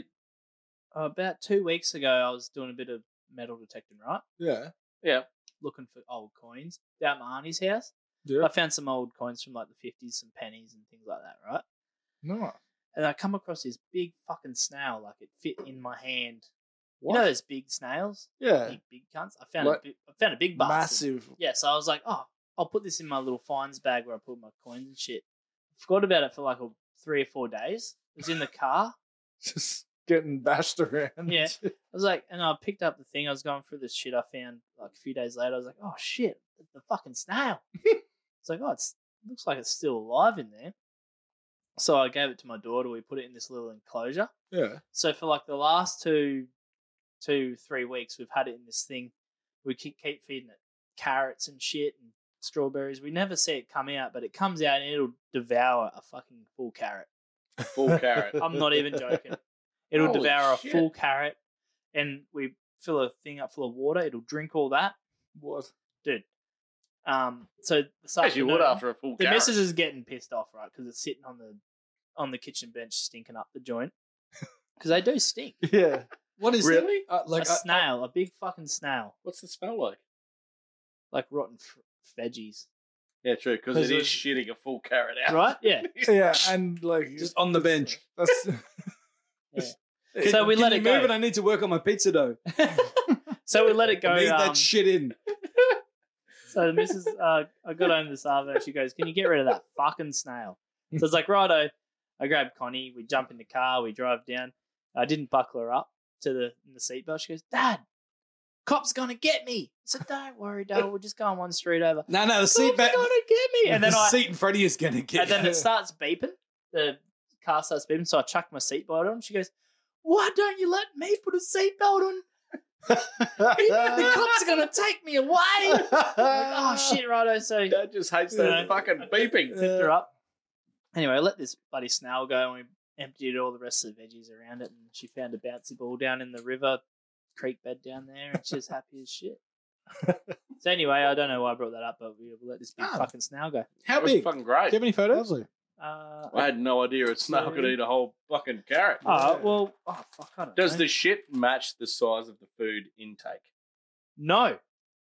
uh, about two weeks ago, I was doing a bit of metal detecting, right? yeah. Looking for old coins down at my auntie's house. Yeah. I found some old coins from like the fifties, some pennies and things like that, right? No. And I come across this big fucking snail, like it fit in my hand. You know those big snails, Yeah. big big cunts. I found a Like- big, I found a big bastard. Massive. Yeah, so I was like, oh, I'll put this in my little finds bag where I put my coins and shit. Forgot about it for like a, three or four days. It was in the car. Just getting bashed around. Yeah. I was like, and I picked up the thing. I was going through this shit I found like a few days later. I was like, oh shit, the fucking snail. it's like, oh, it's, it looks like it's still alive in there. So I gave it to my daughter. We put it in this little enclosure. Yeah. So for like the last two, two, three weeks, we've had it in this thing. We keep, keep feeding it carrots and shit and strawberries. We never see it come out, but it comes out and it'll devour a fucking full carrot. Full carrot. I'm not even joking. It'll Holy devour shit. a full carrot, and we fill a thing up full of water. It'll drink all that, What? dude. Um, so this As you would afternoon- after a full the carrot. missus is getting pissed off, right? Because it's sitting on the on the kitchen bench, stinking up the joint. Because they do stink. Yeah. What is really? that? Uh, like a I- snail, a big fucking snail, What's the smell like? like rotten f- veggies, Yeah, true. Because 'Cause it is it- shitting a full carrot out. right? Yeah. Yeah. And like uh, just on the bench. That's So we Can let you it go. move and I need to work on my pizza dough. so we let it go. I need um, that shit in. So the missus, uh, I got home this afternoon. She goes, "Can you get rid of that fucking snail?" So it's like, righto. I grab Connie. We jump in the car. We drive down. I didn't buckle her up to the in the seatbelt. She goes, "Dad, cop's gonna get me. So don't worry, Dale. We'll just go on one street over. No, no, the Cop's seat back. gonna get me. And then the I seat in front of you is gonna get. and then you. it starts beeping. The car starts beeping. So I chuck my seatbelt on. She goes, "Why don't you let me put a seatbelt on? the cops are gonna take me away." I'm like, oh shit, righto. So Dad just hates Yeah. that fucking beeping. picked her up. Anyway, I let this bloody snail go and we emptied all the rest of the veggies around it and she found a bouncy ball down in the river, creek bed down there, and she's happy as shit. so anyway, I don't know why I brought that up, but we let this big Ah. Oh. fucking snail go. How That was big? Do fucking you great. have any photos? Lovely. Uh, I had no idea a snail could eat a whole fucking carrot. oh, well, oh, fuck, I don't Does know. the shit match the size of the food intake? No.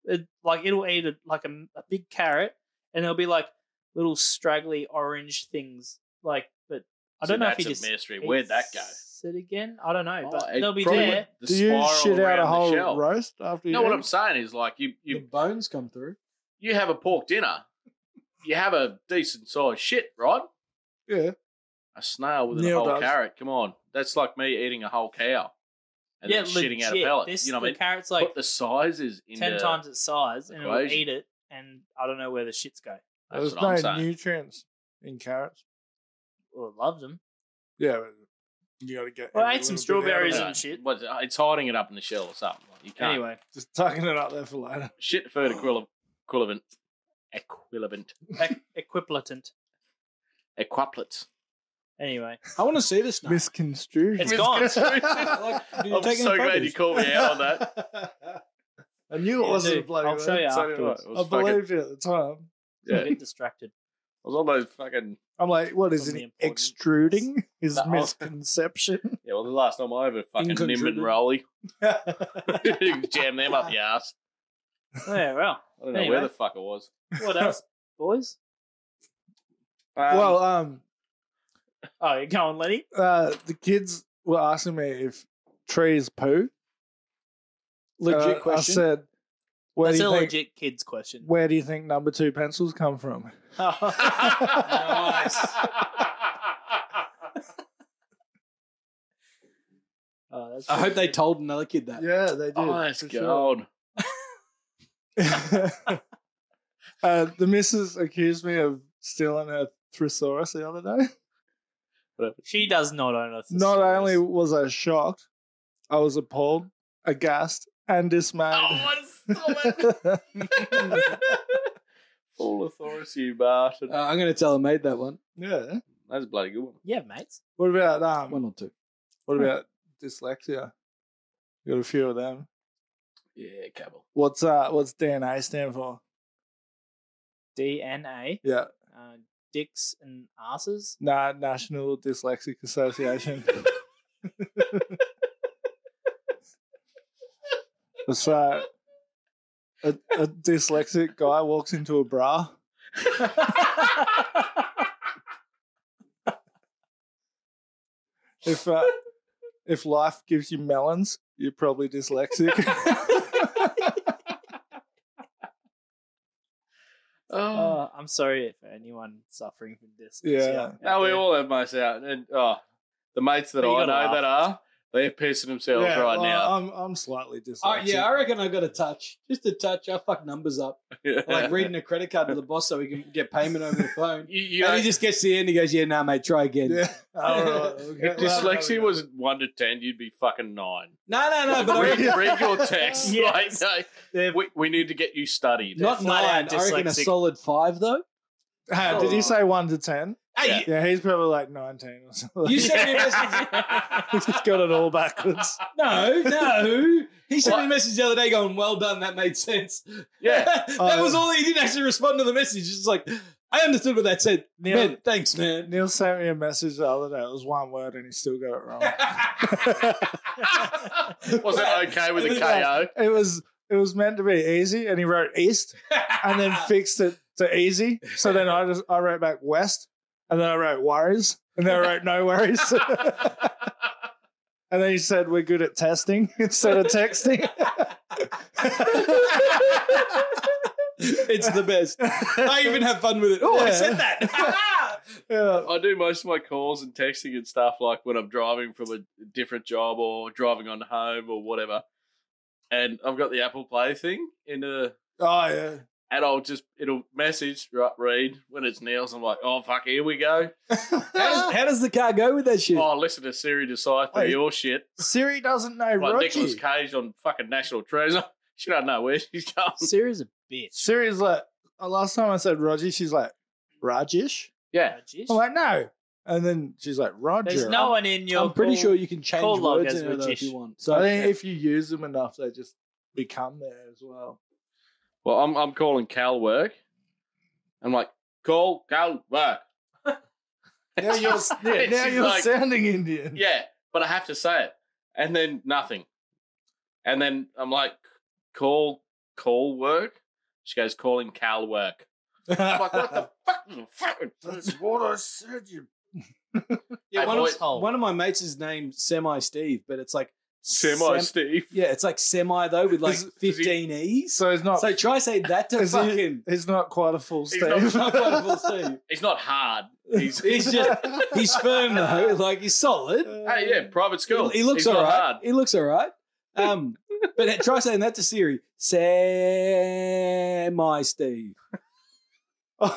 It, like, it'll eat a, like a, a big carrot and there'll be like little straggly orange things. Like, but I So don't know if that's he a just. mystery. Where'd that go? It again? I don't know, but Oh, it they'll be probably there. went The Do you spiral shit out around a the whole shell. roast after you? No, what eat? I'm saying is like you you bones come through. you have a pork dinner, you have a decent sized shit, right? Yeah. A snail with a Neil whole does. carrot. Come on, that's like me eating a whole cow and then shitting out a legit. pellet. This, you know what I the mean? carrot's Like, like Put the sizes in ten times its size, and it'll equation. eat it, and I don't know where the shits go. That's There's what I'm no saying. nutrients in carrots. Well, it loves them. Yeah. But you got to get. Well, I every ate some little bit out of strawberries it. and shit. What's it- it's hiding it up in the shell or something. Like, you can't Anyway, Just tucking it up there for later. shit food equivalent, equivalent, equivalent, equ- equipotent. equivalent. Anyway, I want to see this now. Misconstrued. It's gone. Do I'm take any so glad photos? you called me out on that. I knew it Yeah, wasn't a dude, bloody I'll show word. you So did I. afterwards. It I was fucking- believed it at the time. Yeah. I get distracted. I was on those fucking I'm like, what is From the it? important- Extruding is No. misconception. yeah. Well, the last time I ever fucking nim and Incontributed. rolly, jam them up the ass. Yeah, well, I don't know Anyway. where the fuck I was. what else, boys? Um, well, um, Oh, you going, Lenny? uh, the kids were asking me if trees poo. Legit Uh, question. I said, where That's do a you think, legit kids question. Where do you think number two pencils come from? nice. Oh, that's I hope they told another kid that. Yeah, they did. oh, that's for gold. sure. uh, the missus accused me of stealing her thesaurus the other day. she does not own a Not only was I shocked, I was appalled, aghast, and dismayed. Oh, Oh, Full authority, you bastard. Uh, I'm going to tell her made that one. yeah. That's a bloody good one. yeah, mates. What about um? One or two. What about dyslexia? You got a few of them. Yeah, Cabell. What's uh? What's DNA stand for? DNA, Yeah, uh, dicks and asses. nah, National Dyslexic Association. so, uh, a, a dyslexic guy walks into a bra. If uh, if life gives you melons, you're probably dyslexic. Oh, Oh, I'm sorry for anyone suffering from dyslexia. Yeah. out now we there. all have mates out, and oh, the mates that But you I know gotta laugh. that are, they're pissing themselves Yeah, right well, now. I'm I'm slightly dyslexic. Oh, yeah, I reckon I got a touch. Just a touch. I fuck numbers up. Like reading a credit card to the boss so he can get payment over the phone. you, you know, and he just gets to the end. He goes, "Yeah, nah, mate, try again." Yeah. All right. if dyslexia was one to ten, you'd be fucking nine. No, no, no. But I read, reckon read your text. Yes. Like, no, They're- we, we need to get you studied. not flat nine. out I reckon a dyslexic. solid five though. Hey, uh, did Oh. you say one to ten? Yeah. Yeah, he's probably like nineteen or something. You sent me a message. he's got it all backwards. No, no. He sent me a message the other day going, "Well done, that made sense." Yeah. that Oh. was all. He didn't actually respond to the message. It's like I understood what that said. Neil- Man, thanks, man. Neil sent me a message the other day. It was one word, and he still got it wrong. Was it okay with a Yeah. KO? it was it was meant to be easy, and he wrote east, and then fixed it to easy. So then I just I wrote back west, and then I wrote worries, and then I wrote no worries. And then he said we're good at testing instead of texting. it's the best. I even have fun with it. Oh, I Yeah. said that. Yeah. I do most of my calls and texting and stuff like when I'm driving from a different job or driving on home or whatever. and I've got the Apple Play thing in a Oh yeah. and I'll just it'll message right read when it's nails. I'm like, oh fuck, here we go. How does, how does the car go with that shit? Oh, listen to Siri decipher Wait. your shit. Siri doesn't know Like Rocky. Nicholas Cage on fucking National Treasure. She don't know where she's going. Siri's a bitch. Siri's like, uh, last time I said Roger, she's like, Rajesh? Yeah, Judges. I'm like, no. And then she's like, Roger. There's no one in your. I'm pretty call- sure you can change call log words as in it though, if Rajesh. you want. So I think yeah. if you use them enough, they just become there as well. Well, I'm I'm calling Cal work. I'm like, call Cal work. Now you're, It's now you're like- sounding Indian. Yeah, but I have to say it. And then nothing. And then I'm like, call call work. She goes, calling Cal work. I'm like, what the fuck? is a fucking- what I said. You Yeah, I've one, always- of, one of my mates is named Semi Steve, but it's like Semi Sem- Steve. yeah, it's like semi though with like Is- is he- fifteen e's. so it's not. So try say that to Is he- fucking. it's not quite a full He's Steve. not- Not quite a full Steve. He's not hard. He's He's just he's firm though, like he's solid. Hey, yeah, private school. He, he looks He's not all right. hard. He looks all right. Um, but try saying that to Siri. Semi Steve. I'm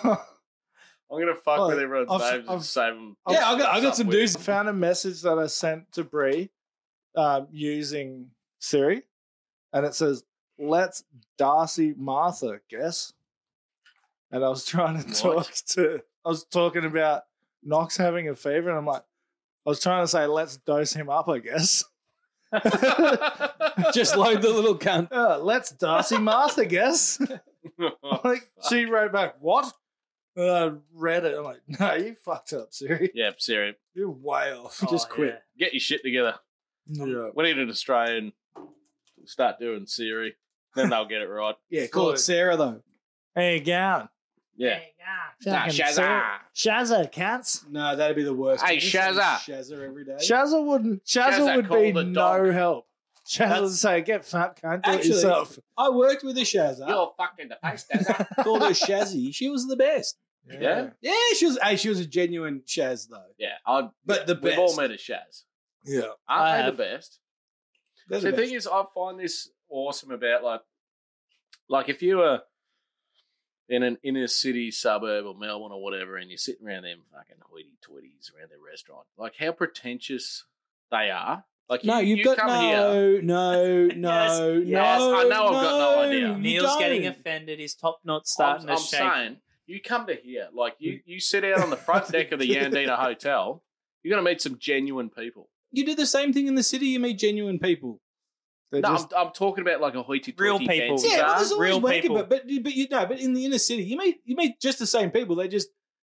gonna fuck Oh, with everyone's I've- names I've- and save them. I've- yeah, I got I got some dudes. I found a message that I sent to Bree um, using Siri, and it says, "Let's Darcy Martha guess." And I was trying to What? talk to. I was talking about Knox having a fever, and I'm like, I was trying to say, "Let's dose him up," I guess. Just load the little cunt. Uh, let's Darcy Martha guess. Oh, like she wrote back, "What?" And I read it. I'm like, "No, you fucked up, Siri. yeah, Siri, You're way off. Oh, Just quit." get your shit together. Yeah, We need an Australian. Start doing Siri, then they'll get it right. Yeah, call it Sarah though. Oh, Hey, gown. Yeah. Nah, Shazza. Shazza counts. No, that'd be the worst. Hey, You just say Shazza. Shazza every day. Shazza wouldn't. Shazza, Shazza would called be a no dog. help. Shazza would That's- say, "Get fat, can't do it Actually- yourself." I worked with a Shazza. You're fucked in the face, Shazza. Called her Shazzy. She was the best. Yeah. Yeah, she was. Hey, she was a genuine Shaz though. yeah, I'd, But the we've all best. met a Shaz. yeah, Aren't I they have. the best? They're the the thing is, I find this awesome about like, like if you were in an inner city suburb or Melbourne or whatever, and you're sitting around them fucking hoity-toities around their restaurant, like how pretentious they are. Like No, you've got come here. no, no, no, Yes, yes, no. I know I've got no idea. you Neil's getting don't. offended. His top knot's I'm, starting I'm to shake. saying you come to here, like you you sit out on the front deck of the Yandina Hotel. You're gonna meet some genuine people. You do the same thing in the city. You meet genuine people. They're No, just- I'm, I'm talking about like a hoity-toity Real people. fancy Yeah, Yeah, bar. but there's always Real wanker, people. But, but but you know, but in the inner city, you meet you meet just the same people. They just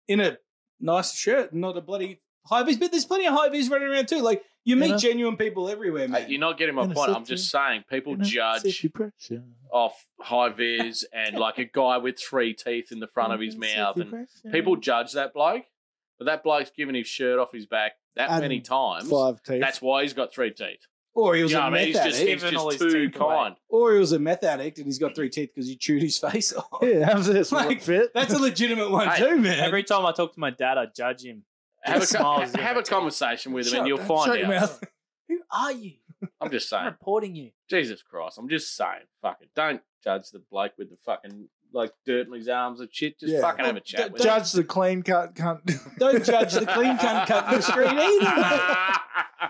in a nice shirt, not a bloody high vis. But there's plenty of high vis running around too. Like you meet know? genuine people everywhere, Hey, man. You're not getting my In a point. I'm city- just saying people You know, judge city pressure. off high vis and like a guy with three teeth in the front of his You know, mouth, city and pressure. people judge that bloke. But that bloke's given his shirt off his back that And many times. five teeth. That's why he's got three teeth. or he You was know a what I mean? meth He's just, addict. he's Even all just his too teeth away. kind. or he was a meth addict and he's got three teeth because he chewed his face off. yeah, have this one Like, fit. That's a legitimate one Hey, too, man. Every time I talk to my dad, I judge him. Have a, He co- smiles, yeah. have a conversation with him Shut and you'll up, find shut out. your mouth. Who are you? I'm just I'm saying. reporting you. Jesus Christ. I'm just saying. Fucking don't judge the bloke with the fucking like dirt in his arms and shit. Just Yeah. fucking have a chat with him. Judge the clean cut cunt. Don't judge the clean cunt cut in the street either.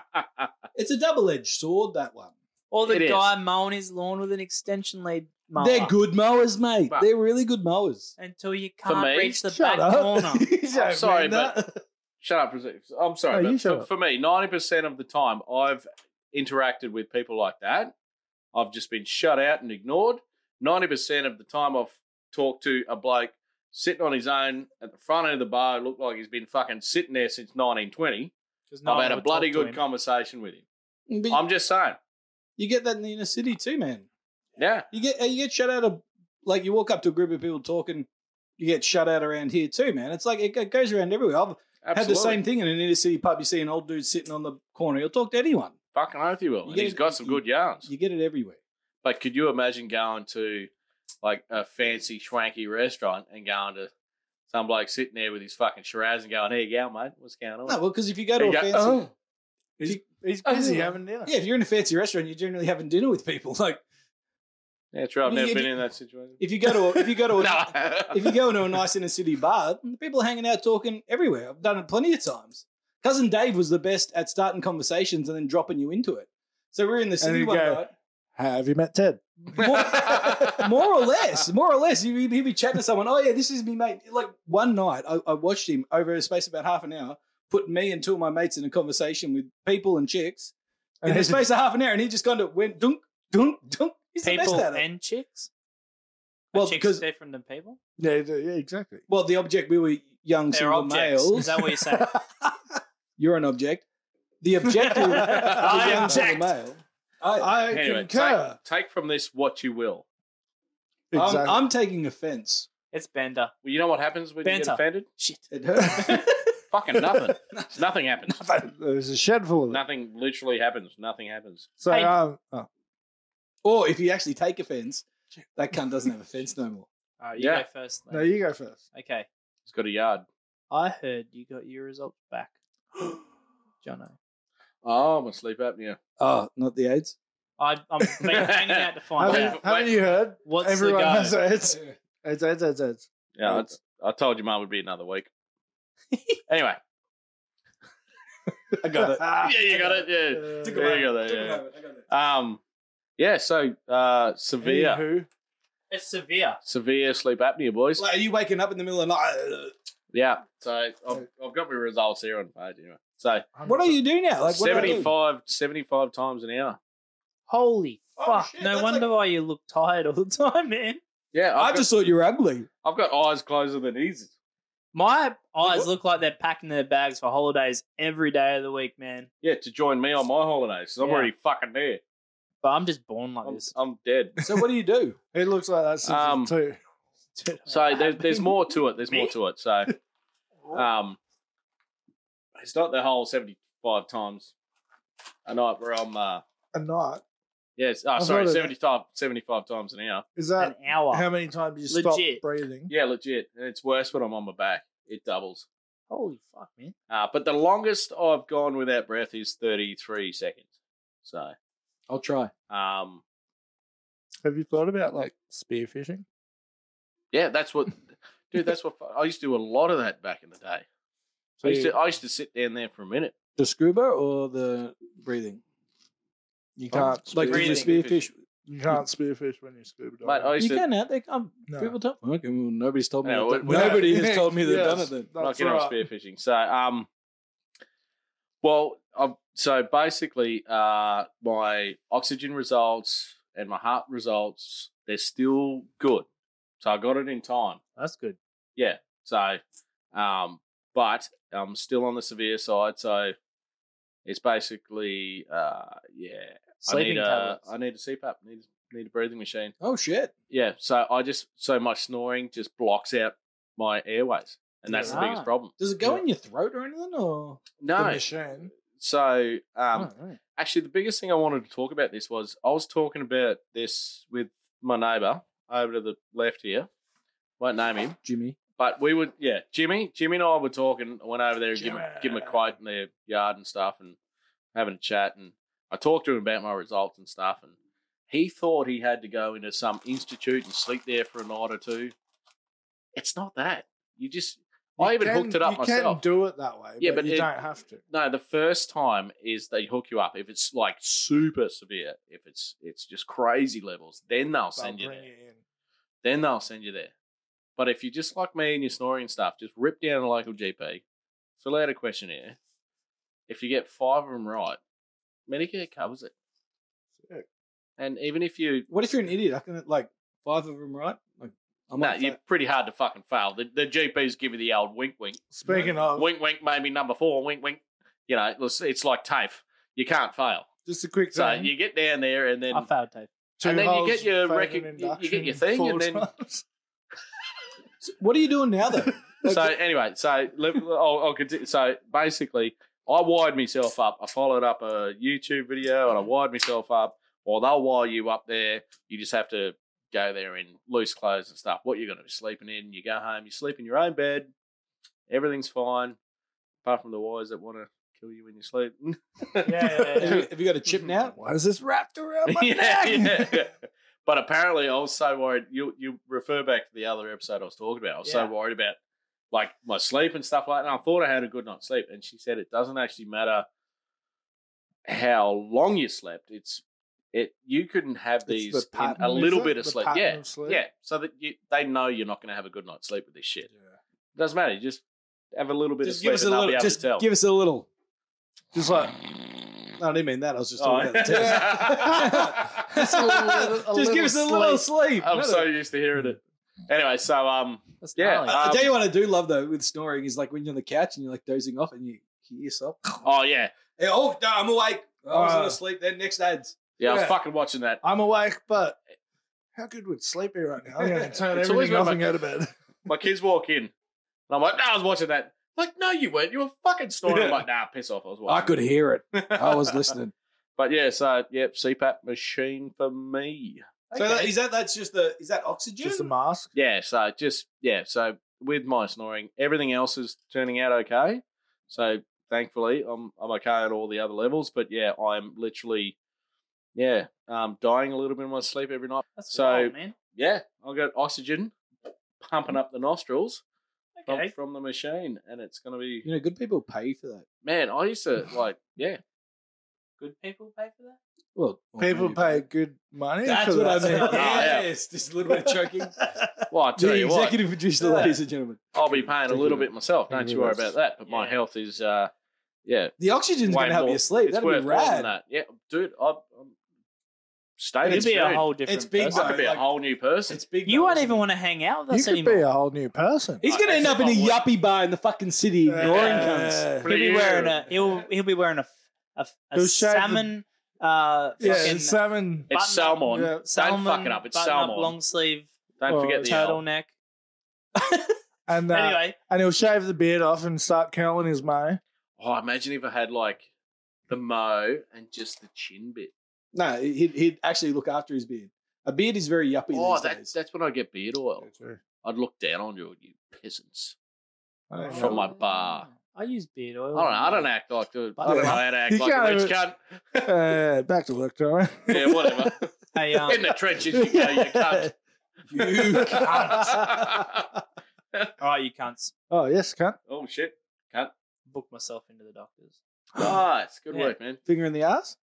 it's a double edged sword that one. Or the It is. guy mowing his lawn with an extension lead mower. They're good mowers, mate. But- They're really good mowers. Until you For can't me? reach the Shut back up. corner. You don't I'm mean sorry, that. Shut up. Razif. I'm Oh, sorry. No, you but shut for, up. for me, 90% of the time I've interacted with people like that, I've just been shut out and ignored. 90% of the time I've talked to a bloke sitting on his own at the front end of the bar, looked like he's been fucking sitting there since 1920. 'Cause no I've one had a would bloody talk to good him. conversation with him. But I'm just saying. you get that in the inner city too, man. Yeah. You get you get shut out of like you walk up to a group of people talking, you get shut out around here too, man. It's like it, it goes around everywhere. I've had Absolutely. the same thing in an inner city pub. You see an old dude sitting on the corner. He'll talk to anyone. Fucking oath he will. You And get he's it- got some you- good yarns. You get it everywhere. But could you imagine going to like a fancy schwanky restaurant and going to some bloke sitting there with his fucking Shiraz and going, "Hey, yeah, mate, what's going on?" No, well, because if you go to You a go, fancy, "Oh." He's, You- he's Oh, busy yeah. having dinner. yeah, if you're in a fancy restaurant, you're generally having dinner with people. Like That's right. I've You- never you- been in that situation. If you go to a, if you go to a, No. if you go into a nice inner city bar, people are hanging out talking everywhere. I've done it plenty of times. Cousin Dave was the best at starting conversations and then dropping you into it. So we were in the city you one go- night. Have you met Ted? More, more or less, more or less, he'd be, he'd be chatting to someone. Oh yeah, this is me, mate. Like one night, I, I watched him over a space of about half an hour. Put me and two of my mates in a conversation with people and chicks in And the he's- space of half an hour, and he just kind of went dunk, dunk, dunk. He's the people best at it. and chicks. Are Well, chicks because- different than people. yeah, yeah, exactly. Well, the object we were young They're single objects. males. Is that what you're saying? You're an object. The objective. I am object. Male, I, I, I Anyway, concur. take, take from this what you will. exactly. am I'm taking offence. It's Bender. Well, you know what happens when you Banter. get offended? Shit. It hurt. Fucking nothing. nothing happens. There's a shed full of them. Nothing literally happens. Nothing happens. So, Hey. um, oh, or if you actually take offence, that cunt doesn't have offence no more. All right, you Yeah. go first. no, Then. you go first. okay. He's got a yard. I heard you got your results back, Jono. Oh, my sleep apnea. Oh, not the AIDS. I, I'm been hanging out to Have find out you- Haven't, haven't you heard? what's Everyone the go. has AIDS. AIDS, AIDS, AIDS, AIDS. Yeah, that's, I told you mine would be another week. anyway. I got it. Yeah, you got it. Yeah. There you go. a Took a There, moment, I got it. yeah. Um, yeah, so uh, severe, Who? It's severe. severe sleep apnea, boys. Like, are you waking up in the middle of the night? Yeah. So I've, I've got my results here on the page anyway. So Uh, What do you do now? Like what do I do? 75, 75 times an hour. Holy Oh, fuck! shit, no that's wonder why you look tired all the time, man. Yeah, I've, I got, just thought you were ugly. I've got eyes closer than his. My eyes look like they're packing their bags for holidays every day of the week, man. Yeah, to join me on my holidays. 'cause I'm Yeah. already fucking there. But I'm just born like I'm, this. I'm dead. So what do you do? It looks like that's Um, um, too. Dude, So there, there's more to it. There's more Me? to it. So, um, it's not the whole 75 times a night where I'm, uh, A night. yes, I've oh, sorry, heard of 75, 75 times an hour. Is an that hour. how many times you Legit. stop breathing? Yeah, legit. And it's worse when I'm on my back. It doubles. Holy fuck, man! Uh, but the longest I've gone without breath is 33 seconds. So, I'll try. um, Have you thought about like spearfishing? yeah, that's what, dude, that's what I used to do a lot of that back in the day. I used to, I used to sit down there for a minute. The scuba or the breathing? You can't. Like um, Breathing. did you spearfish. spearfish? You can't spearfish when you scuba diving. Mate, I used You to, can out there. Um, No. People tell Okay, well, nobody's told me. No, that. we- we- Nobody has told me they've Yes, done it. Then. Like That's you know, right. spearfishing. So, um, well, i so basically, uh, my oxygen results and my heart results they're still good. So I got it in time. That's good. Yeah. So, um, but I'm still on the severe side. So it's basically, uh, yeah, I Sleeping need a, tablets. I need a CPAP. Need need a breathing machine. Oh shit! Yeah. So I just so my snoring just blocks out my airways, and that's the biggest Ah. problem. Does it go in your throat or anything? Or No, The machine. So, um, Oh, right. actually, the biggest thing I wanted to talk about this was I was talking about this with my neighbour over to the left here. Won't name him, Jimmy, but we would, yeah, Jimmy, Jimmy and I were talking. I went over there and give him, give him a quote in their yard and stuff, and having a chat. And I talked to him about my results and stuff, and he thought he had to go into some institute and sleep there for a night or two. It's not that you just. I You even can- hooked it up you myself. can do it that way. Yeah, but, but you it- don't have to. No, the first time is they hook you up. If it's like super severe, if it's it's just crazy levels, then they'll They'll send you bring there. it in. Then they'll send you there. But if you're just like me and you're snoring and stuff, just rip down a local GP, fill out a questionnaire. If you get five of them right, Medicare covers it. Sick. And even if you, what if you're an idiot? I can like five of them, right? Like, I'm nah, not you're fat. pretty hard to fucking fail. The, the GPs give you the old wink, wink, Speaking of, wink, wink, maybe number four, wink, wink. You know, it's, it's like TAFE. You can't fail. just a quick So thing. you get down there and then I failed tape. Two and then you holes, get your failed rec- you- an you induction get your thing four and then- times. What are you doing now though? Like, so anyway, so let- I'll, I'll continue. So basically, I wired myself up. I followed up a YouTube video and I wired myself up. Well, they'll wire you up there. You just have to go there in loose clothes and stuff. What you're going to be sleeping in? You go home. You sleep in your own bed. Everything's fine, apart from the wires that want to kill you when you sleep. Yeah, yeah, have, you, have you got a chip now? Why is this wrapped around my yeah, neck? yeah. But apparently, I was so worried. You you refer back to the other episode I was talking about. I was so Yeah. worried about like my sleep and stuff like that. And I thought I had a good night's sleep, and she said it doesn't actually matter how long you slept. It's it you couldn't have these It's the in pattern, a is little it? bit of The sleep. pattern Yeah, of sleep? yeah. So that you, they know you're not going to have a good night's sleep with this shit. It doesn't matter. You just have a little bit Just of give sleep us a and they'll little. be able Just to tell. give us a little. Just like No, I didn't mean that. I was just Oh, talking about the yeah. test. Just a little- a Just give us a little little sleep. I'm No, so used to hearing it. Anyway, so um, That's Yeah, gnarly. uh, I tell you what I do love though with snoring is like when you're on the couch and you're like dozing off and you hear yourself. oh yeah, Hey, oh, no, I'm awake. I was Uh, gonna sleep. Then next ads. yeah, I was Yeah. fucking watching that. I'm awake, but how good would sleep be right now? I'm going to turn It's always everything been off my- and go to bed. My kids walk in, and I'm like, no, I was watching that. Like, no, you weren't. You were fucking snoring. I'm like, nah, piss off. I was I watching. could hear it. I was listening. But yeah, so yep, CPAP machine for me. So that, is that that's just the is that oxygen? Just a mask. Yeah, so just yeah, so with my snoring, everything else is turning out okay. So thankfully, I'm I'm okay at all the other levels. But yeah, I'm literally, yeah, um, dying a little bit in my sleep every night. That's so- wild, man. Yeah, I got oxygen pumping up the nostrils from, Okay. from the machine, and it's gonna be you know, good people pay for that. man. I used to like yeah. Good people pay for that? Well, well, People maybe- pay good money. That's for what I that. Oh, meant. yeah. Yes, just a little bit of choking. Well, I tell the you what, executive producer, Yeah. ladies and gentlemen. I'll be paying a Thank little you. bit myself. Thank Don't you you worry very about that. But my Yeah. health is uh, yeah. The oxygen's way going to help more- you sleep. It's That'd worth be more than rad. that. Yeah, dude, I, I'm stayed You'd in be a tune. whole different It's big, person. I could be like- a whole new person. It's big. You though, won't isn't even it? want to hang out with You us could be anymore. a whole new person. He's going to end up in a Yeah. yuppie bar in the fucking city, ignoring Yeah. cunts. He'll be wearing a he'll he'll be wearing a f- a, f- a He'll shave the- salmon uh Yeah, fucking salmon. It's button up- salmon. yeah. salmon Don't fuck it up. It's button salmon. up, long sleeve Don't Oh, forget the L. turtleneck. And, uh, anyway, and he'll shave the beard off and start curling his mane. Oh, imagine if I had like the mo and just the chin bit. No, he'd, he'd actually look after his beard. A beard is very yuppie Oh, these that, days. that's when I get beard oil. I'd look down on you, you peasants. I don't From know. Oh my bar. Oh, I use beard I oil. don't know. I don't act like the, I don't know how to act You like a can't rich cunt. Uh, back to work, Tommy. Yeah, whatever. Hey, um, In the trenches, you go, you cunt. You can't. all right, you cunts. Oh, yes, cunt. oh shit, cunt. Book myself into the doctors. Nice, good Yeah. work, man. Finger in the ass?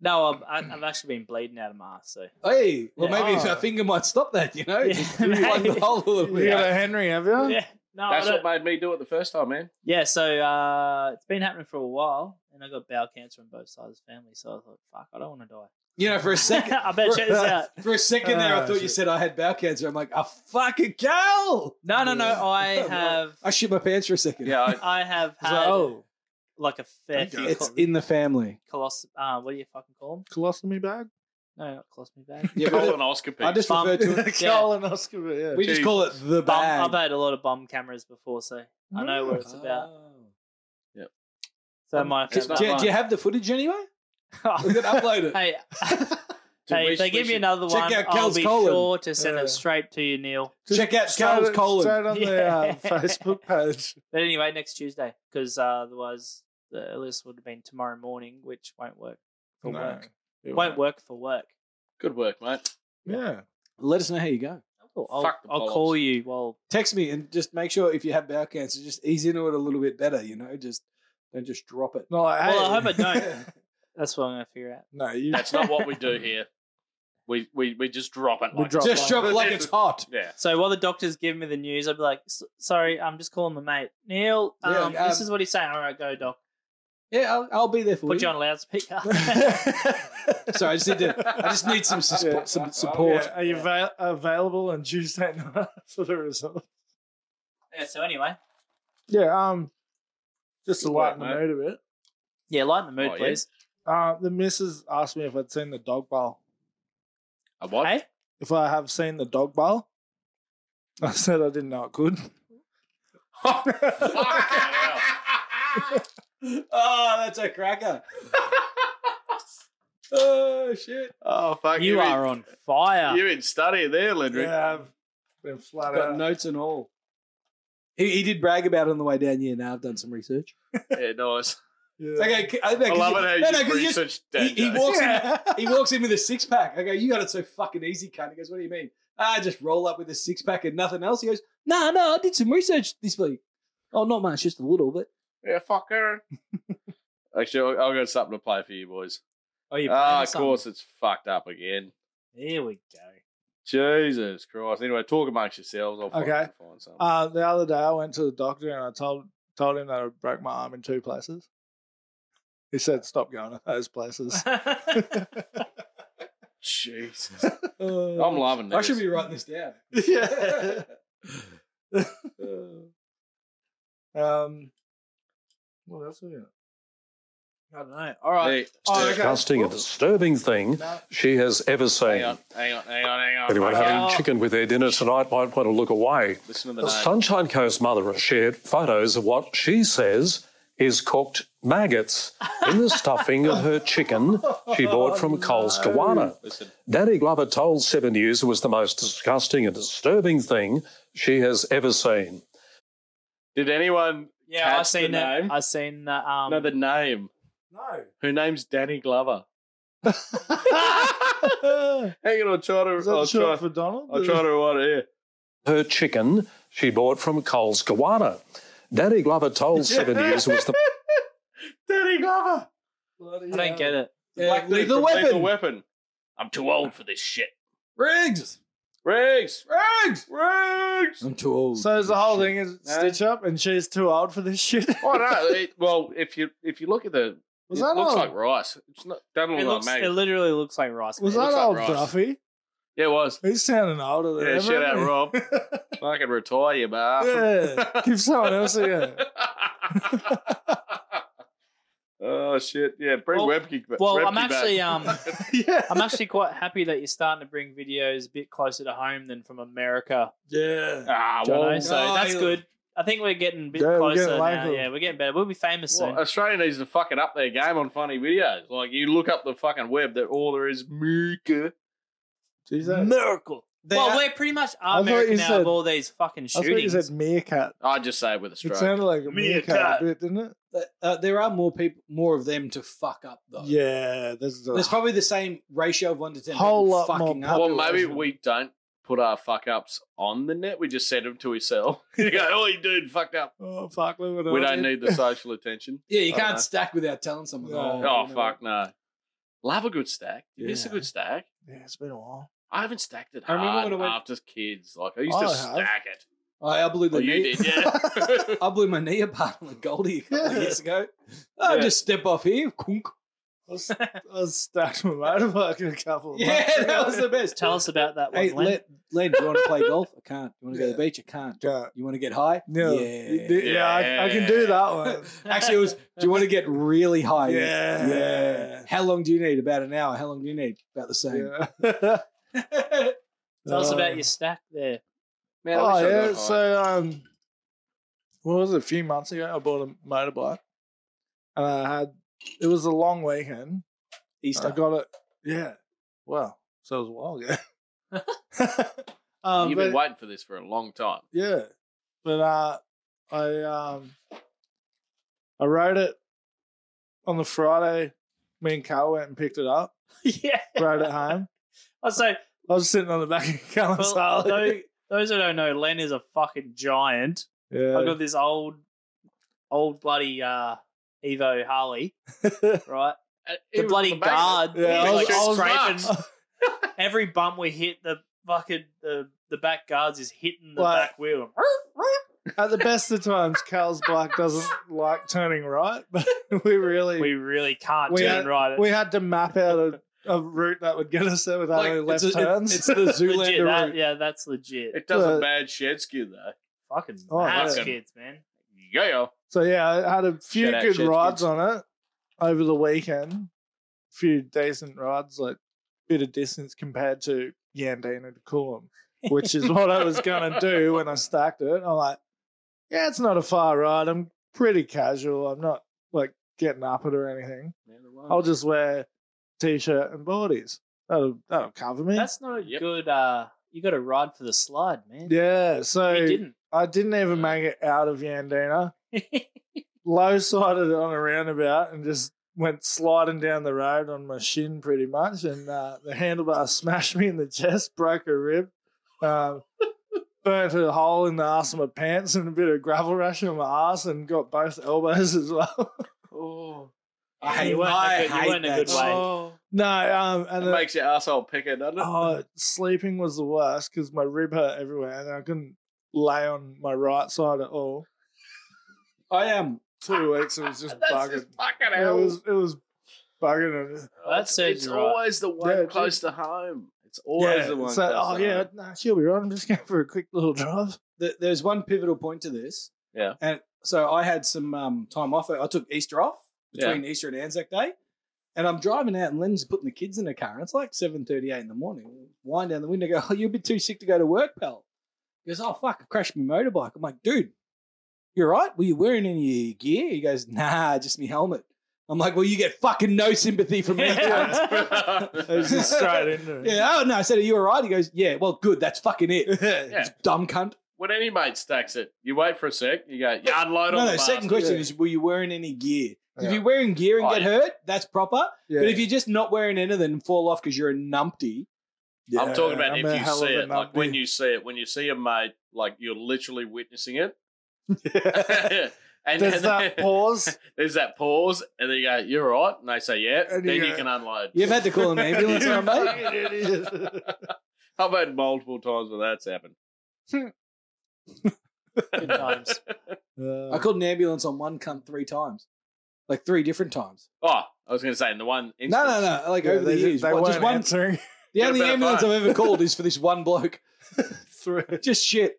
No, I've, I- I've actually been bleeding out of my ass. So Hey, well, Yeah. maybe Oh. a finger might stop that, you know? Yeah, Just plug the maybe. hole a little You bit. got a Oh, Henry, have you? yeah, no, I That's what don't- made me do it the first time, man. yeah. So uh, it's been happening for a while, and I got bowel cancer on both sides of the family. So I was like, fuck, I don't want to die. You know, for a second. I better check this out. For a second there, I Ah, Oh, thought you shit. said I had bowel cancer. I'm like, a fucking cow! No, no, oh. no. I have, I shit my pants for a second. Yeah, I, I have It's had like, oh, like a fair Okay. few. It's It's in the family. colos- uh, what do you fucking call them? colostomy bag? No, not colostomy bag. Yeah, but colonoscopy. I just Bum. refer to it. Colonoscopy, yeah. We just Jesus. call it the bum, I've bag. had a lot of bum cameras before, so I know what it's about. Oh. So my It's not Do you, mine. do you have the footage anyway? We can upload it. hey, Dude, hey, we if they should- give we me another check one, out I'll Kel's be colon. sure to send Yeah. it straight to you, Neil. Check out Straight- Cal's colon. Straight on the uh, Yeah. Facebook page. But anyway, next Tuesday, because uh, otherwise the earliest would have been tomorrow morning, which won't work for No, work. it Won't work for work. Good work, mate. Yeah. Let us know how you go. Cool. I'll, Fuck the I'll bollocks. call you. Well, Text me and just make sure if you have bowel cancer, just ease into it a little bit better. You know, just don't just drop it. No, like, hey. Well, I hope I don't. that's what I'm going to figure out. no, you. That's not what we do here. We we, we just drop it. We Like drop it's- just drop it like it's hot. Yeah. So while the doctors give me the news, I'd be like, "S- "Sorry, I'm just calling my mate Neil. Um, Yeah, this um, is what he's saying. All right, go doc. Yeah, I'll, I'll be there for Put you you. on loudspeaker. Sorry, I just need to. I just need some sus- Yeah. some support. Yeah, Are you avail- available on Tuesday night for the result? yeah, so anyway, Yeah, um, just to Good work, lighten mate. the mood a bit. yeah, lighten the mood, Oh, yeah. please. Uh, the missus asked me if I'd seen the dog bowl. A what? Hey, If I have seen the dog bowl, I said I didn't know it could. oh, that's a cracker. oh shit! oh fuck! you in- are on fire. You in study there, Lindrick? yeah, I've been flat Got out. notes and all. He, he did brag about it on the way down. Yeah, now I've done some research. Yeah, nice. Yeah. I go, I, no, I 'cause love you- it how you no, no, 'cause you research he, dad he jokes. walks Yeah. in. He walks in with a six pack. I go, you got it so fucking easy, cunt. He goes, what do you mean? Ah, just roll up with a six pack and nothing else. He goes, nah, nah, I did some research this week. Oh, not much, just a little bit. Yeah, fuck Aaron. Actually, I'll, I'll got something to play for you boys. Oh, you Ah, of course, it's fucked up again. Here we go. Jesus Christ. Anyway, talk amongst yourselves. I'll Okay. fucking find something. Uh, the other day, I went to the doctor and I told told him that I broke my arm in two places. He said, "Stop going to those places." Jesus. I'm loving this. Uh, I should be writing this down. yeah. um. What else? Are we I don't know. All right. Hey, Oh, okay. Casting a Well, disturbing thing no. she has ever hang on, seen. hang on, hang on, hang on. Anyone Hang having on. chicken with their dinner tonight might want to look away. Listen to the The name. Sunshine Coast mother has shared photos of what she says is cooked maggots in the stuffing of her chicken Oh, she bought from Coles Kiwana. Listen. Danny Glover told Seven News it was the most disgusting and disturbing thing she has ever seen. Did anyone Yeah, I catch seen the that. name? I seen that. Um, know the name? No. Her name's Danny Glover. Hang on, I'll try to. Is that I'll try, short for Donald? I'll try to write it here. her chicken she bought from Coles Kiwana. Danny Glover told Seven News it was the Danny Glover! I don't get it. Yeah, Black dude lethal from weapon. Lethal Weapon. I'm too old for this shit. Riggs. Riggs! Riggs. Riggs! I'm too old. So is the whole thing is No. stitch up, and she's too old for this shit. Oh no! It, well, if you if you look at the, Was it that looks all? like rice. It's not doesn't It look looks. like It maggot. literally looks like rice. Was man. looks that like old rice. Duffy? yeah, it was. He's sounding older than Yeah, shut out, ever, Rob. I can retire you, bar. isn't he? Yeah, give someone else a go. oh shit! Yeah, bring Well- Webke. ba- Well, Webke I'm actually back. um, Yeah, I'm actually quite happy that you're starting to bring videos a bit closer to home than from America, yeah. ah, Jono. well, so Oh, that's you- good. I think we're getting a bit Yeah, we're closer getting now. local. Yeah, we're getting better. We'll be famous well, soon. Australia needs to fucking up their game on funny videos. Like you look up the fucking web, that all there is America. Jeez, that- Miracle. They well, are- we're pretty much I are thought you American now said- of all these fucking I thought you shootings. said meerkat. I just say it with a stroke. It sounded like a meerkat, Meerkat. a bit, didn't it? uh, there are more people, more of them to fuck up though. Yeah, this is a There's probably the same ratio of one to ten. Whole people lot fucking more up. well, maybe population. we don't put our fuck ups on the net. We just send them to ourselves. you go, oh, you dude, fucked up. oh fuck. Look what I We don't did. need the social attention. Yeah, you I can't dunno. stack without telling someone. No. Oh, Oh, you know fuck no. Love a good stack. You miss a Yeah. good stack. Yeah, it's been a while. I haven't stacked it I hard remember when I went- after kids. Like I used I to have. stack it. what? Oh, I, I blew the Well, knee. Oh, you did, yeah. I blew my knee apart on the Goldie a couple Yeah. of years ago. I'll Yeah. just step off here. Kunk. I was, I was stacked my motorbike in a couple of months Yeah, that ago. was the best. Tell us about that one, Hey, Len. Len, Len, do you want to play golf? I can't. You want to go to Yeah. the beach? I can't. Yeah. You want to get high? No. Yeah. Yeah, I, I can do that one. Actually, it was. Do you want to get really high? Yeah. Yeah. How long do you need? About an hour. How long do you need? About the same. Yeah. Tell us about Uh, your stack there. Man, I oh wish I yeah, got high. so um, what was it? A few months ago, I bought a motorbike, and I had it was a long weekend. Easter. I got it. Yeah. Wow. So it was a while ago. um, You've been but- waiting for this for a long time. yeah, but uh, I um, I rode it on the Friday. Me and Carl went and picked it up. yeah. Rode it home. Oh, So, I was sitting on the back of Callum's well, Harley. tho- those who don't know, Len is a fucking giant. Yeah. I got this old, old bloody uh, Evo Harley, Uh, right? The it was bloody on back. guard. Yeah, I was, was- like, I was scraping. Every bump we hit, the fucking the, the back guards is hitting the Like- back wheel. At the best of times, Cal's bike doesn't like turning right, but we really We we, really can't We turn are- right. had to map out a, a route that would get us there without Like, any left it's a- it- turns. it's the legit, Zoolander that- route. yeah, that's legit. It does Uh, a bad shed skew though. fucking Oh, mad yeah. kids, man. Yeah. so yeah, I had a few Shout out good Sheds rides Kids. on it over the weekend. few decent rides, like bit of distance compared to Yandina to Coolum, which is what I was gonna do when I stacked it. I'm like, yeah, it's not a far ride. I'm pretty casual. I'm not like getting up it or anything. I'll just wear t-shirt and boardies. That'll that'll cover me. That's not a Yep. good. uh You got to ride for the slide, man. yeah. you So didn't. I didn't even make it out of Yandina. low sided on a roundabout and just went sliding down the road on my shin pretty much. And uh, the handlebar smashed me in the chest, broke a rib, um, burnt a hole in the arse of my pants, and a bit of gravel rash on my arse, and got both elbows as well. Oh, I You hate, weren't I a good- you hate weren't a that good shit. way. no, um, it and then, makes your asshole picker, doesn't it? oh, sleeping was the worst because my rib hurt everywhere, and I couldn't lay on my right side at all. I am. Two weeks, it was just That's bugging. just fucking it hell. Oh, was it was bugging. and- Well, that It's- serves it's you right. always the one Yeah, it close to home. It's always the one. uh So, close oh to yeah, home. nah, she'll be right. I'm just going for a quick little drive. Th- There's one pivotal point to this. Yeah. And so I had some um, time off. I took Easter off between Easter and Anzac Day. And I'm driving out and Lynn's putting the kids in the car. And it's like 7.38 in the morning. Wind down the window, go, oh, you're a bit too sick to go to work, pal. He goes, oh, fuck, I crashed my motorbike. I'm like, dude, you're right. Were you wearing any gear? He goes, nah, just me helmet. I'm like, well, you get fucking no sympathy from me. cunt." It was just straight into it. yeah, oh, no. I said, are you all right? He goes, yeah, well, good. That's fucking it. Yeah. Dumb cunt. When any mate stacks it, you wait for a sec. You go, yeah, unload No, on no. the bastard. Second question Yeah. is, were you wearing any gear? 'Cause If Yeah. you're wearing gear and Oh, get yeah. hurt, that's proper. Yeah. But if you're just not wearing anything and fall off because you're a numpty, I'm talking about I'm a if you hell see of a it, like numpty. when you see it, when you see a mate, like you're literally witnessing it. and There's then- that pause. there's that pause, and then you go, "You're all right," and they say, "Yeah." And you then you, go- can unload. you've had to call an ambulance on a mate. Fucking idiot. I've had multiple times where that's happened. Good times. Uh, I called an ambulance on one cunt three times, like three different times. Oh, I was going to say in the one instance. No, no, no. Like Yeah, over the they, years, they What, weren't just one. answering The Get a only better ambulance phone. I've ever called is for this one bloke. through. Just shit.